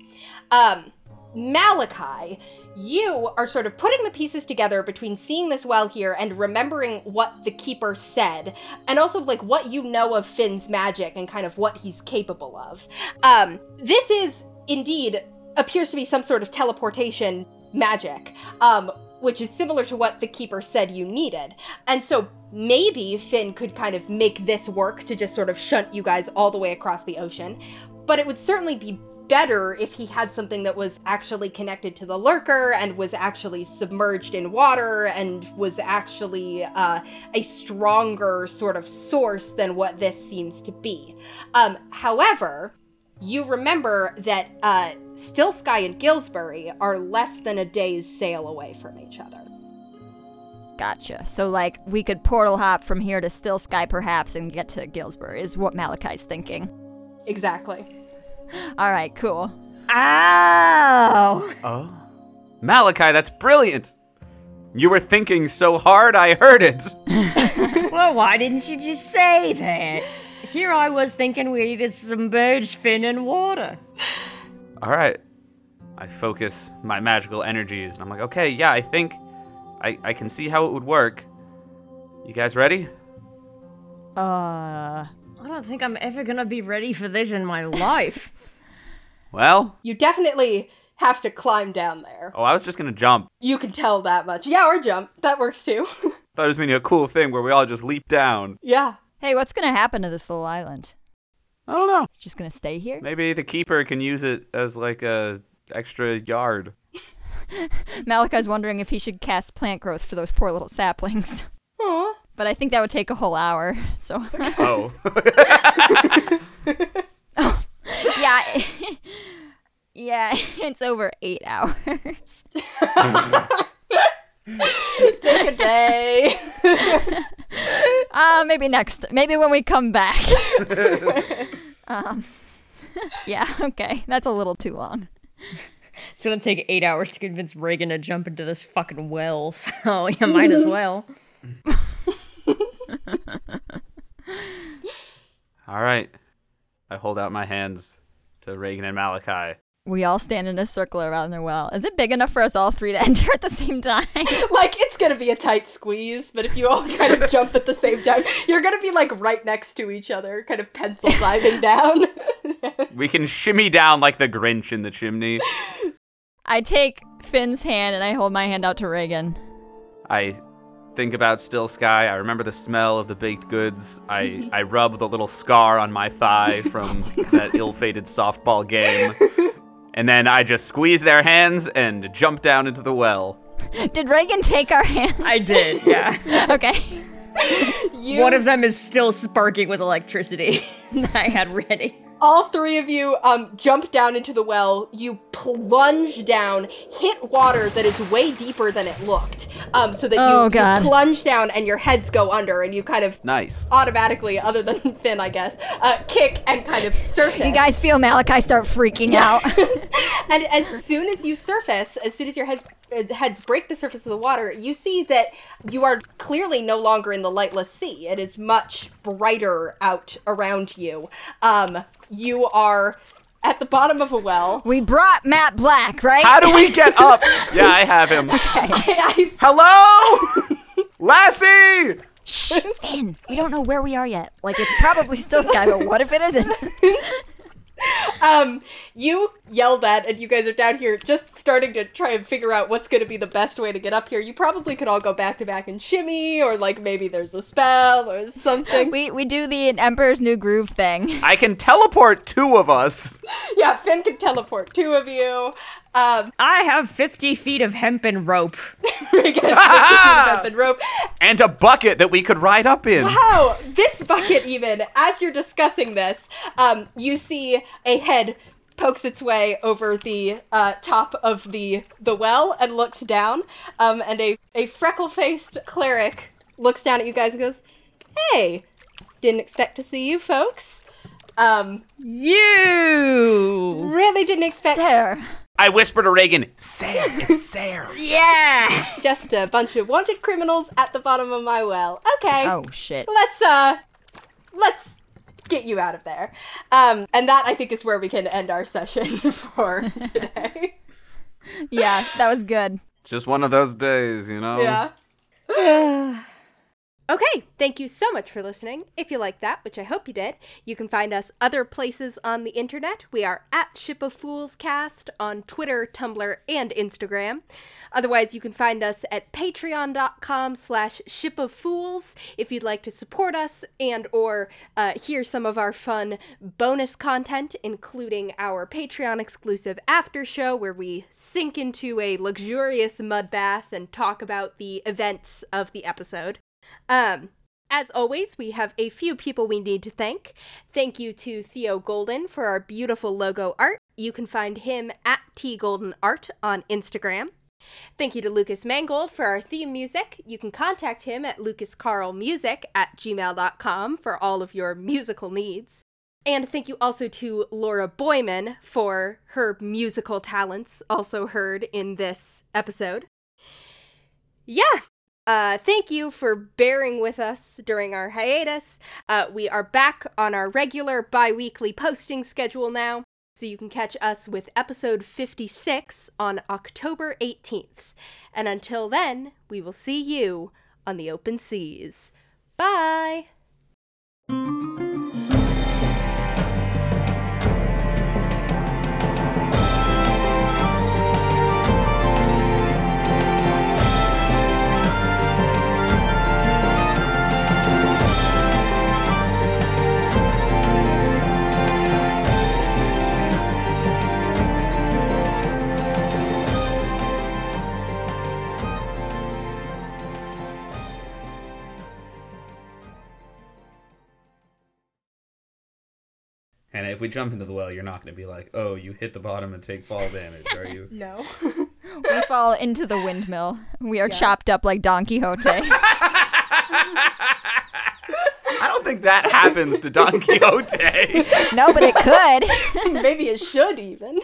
Speaker 1: Um, Malachi, you are sort of putting the pieces together between seeing this well here and remembering what the keeper said, and also like what you know of Finn's magic and kind of what he's capable of. Um, this is indeed appears to be some sort of teleportation magic, um, which is similar to what the keeper said you needed. And so maybe Finn could kind of make this work to just sort of shunt you guys all the way across the ocean, but it would certainly be better if he had something that was actually connected to the lurker and was actually submerged in water and was actually uh, a stronger sort of source than what this seems to be. Um, however, you remember that uh, Still Sky and Gillsbury are less than a day's sail away from each other.
Speaker 4: Gotcha. So, like, we could portal hop from here to Still Sky perhaps and get to Gillsbury, is what Malachi's thinking.
Speaker 1: Exactly.
Speaker 4: All right, cool.
Speaker 3: Ow!
Speaker 2: Oh. Malachi, that's brilliant. You were thinking so hard, I heard it.
Speaker 3: well, why didn't you just say that? Here I was thinking we needed some birds, fin, and water.
Speaker 2: All right. I focus my magical energies, and I'm like, okay, yeah, I think I, I can see how it would work. You guys ready?
Speaker 4: Uh,
Speaker 3: I don't think I'm ever gonna be ready for this in my life.
Speaker 2: Well,
Speaker 1: You definitely have to climb down there.
Speaker 2: oh, I was just gonna jump.
Speaker 1: You can tell that much. Yeah, or jump. That works too.
Speaker 2: Thought it was gonna be a cool thing where we all just leap down.
Speaker 1: yeah.
Speaker 4: hey, what's gonna happen to this little island?
Speaker 2: I don't know.
Speaker 4: It's just gonna stay here?
Speaker 2: Maybe the keeper can use it as like a extra yard.
Speaker 4: Malachi's wondering if he should cast plant growth for those poor little saplings.
Speaker 1: Aw.
Speaker 4: But I think that would take a whole hour, so.
Speaker 2: Oh.
Speaker 4: yeah. it- yeah, it's over eight hours.
Speaker 1: Take a day.
Speaker 4: Uh, maybe next. Maybe when we come back. um, yeah, okay. That's a little too long.
Speaker 3: It's gonna take eight hours to convince Reagan to jump into this fucking well, so you might as well.
Speaker 2: all right. I hold out my hands to Reagan and Malachi.
Speaker 4: We all stand in a circle around the well. Is it big enough for us all three to enter at the same time?
Speaker 1: like it's gonna be a tight squeeze, but if you all kind of jump at the same time, you're gonna be like right next to each other, kind of pencil diving down.
Speaker 2: We can shimmy down like the Grinch in the chimney.
Speaker 4: I take Finn's hand and I hold my hand out to Reagan.
Speaker 2: I think about Still Sky. I remember the smell of the baked goods.
Speaker 1: Mm-hmm.
Speaker 2: I, I rub the little scar on my thigh from
Speaker 1: Oh
Speaker 2: that ill fated softball game. And then I just squeeze their hands and jump down into the well.
Speaker 4: Did Reagan take our hand?
Speaker 3: I did, yeah.
Speaker 4: Okay.
Speaker 1: you,
Speaker 3: One of them is still sparking with electricity that I had ready.
Speaker 1: all three of you um, jump down into the well. You plunge down, hit water that is way deeper than it looked, um, so that you,
Speaker 4: Oh,
Speaker 1: you
Speaker 4: God.
Speaker 1: plunge down and your heads go under, and you kind of
Speaker 2: Nice.
Speaker 1: automatically, other than Finn, I guess, uh, kick and kind of surface.
Speaker 4: You guys feel Malachi start freaking out.
Speaker 1: And as soon as you surface, as soon as your heads uh, heads break the surface of the water, you see that you are clearly no longer in the lightless sea. It is much brighter out around you. Um, you are at the bottom of a well.
Speaker 4: We brought Matt Black, right?
Speaker 2: How do we get up? yeah, I have him.
Speaker 1: I,
Speaker 2: Hello, Lassie.
Speaker 4: Shh, Finn. We don't know where we are yet. Like it's probably still sky, but what if it isn't?
Speaker 1: um, you yell that, and you guys are down here just starting to try and figure out what's going to be the best way to get up here. You probably could all go back to back and shimmy, or like maybe there's a spell or something.
Speaker 4: We we do the Emperor's New Groove thing.
Speaker 2: I can teleport two of us.
Speaker 1: yeah, Finn can teleport two of you. Um,
Speaker 3: I have 50 feet of hempen rope.
Speaker 1: I guess up and rope.
Speaker 2: and a bucket that we could ride up in.
Speaker 1: Wow, this bucket even, as you're discussing this, um, you see a head pokes its way over the uh, top of the the well and looks down, um, and a, a freckle-faced cleric looks down at you guys and goes, hey, didn't expect to see you folks. Um,
Speaker 3: You!
Speaker 1: really didn't expect
Speaker 4: There.
Speaker 2: I whisper to Reagan, Sam, it's Sam.
Speaker 3: Yeah!
Speaker 1: just a bunch of wanted criminals at the bottom of my well. Okay.
Speaker 4: Oh shit.
Speaker 1: let's uh let's get you out of there um and that i think is where we can end our session for today
Speaker 4: Yeah, that was good.
Speaker 2: Just one of those days, you know?
Speaker 1: yeah Okay, thank you so much for listening. If you like that, which I hope you did, you can find us other places on the internet. We are at Ship of Fools Cast on Twitter, Tumblr, and Instagram. Otherwise, you can find us at patreon.com slash ship of fools if you'd like to support us and or uh, hear some of our fun bonus content, including our Patreon exclusive after show where we sink into a luxurious mud bath and talk about the events of the episode. Um, as always, we have a few people we need to thank. Thank you to Theo Golden for our beautiful logo art. You can find him at tgoldenart on Instagram. Thank you to Lucas Mangold for our theme music. You can contact him at lucascarlmusic at gmail.com for all of your musical needs. And thank you also to Laura Boyman for her musical talents, also heard in this episode. Yeah, uh, thank you for bearing with us during our hiatus. Uh, we are back on our regular bi weekly posting schedule now, so you can catch us with episode 56 on October 18th. And until then, we will see you on the open seas. Bye!
Speaker 5: And if we jump into the well, you're not going to be like, oh, you hit the bottom and take fall damage, are you?
Speaker 1: No.
Speaker 4: We fall into the windmill. We are chopped up like Don Quixote.
Speaker 2: I don't think that happens to Don Quixote.
Speaker 4: no, but it could.
Speaker 1: Maybe it should even.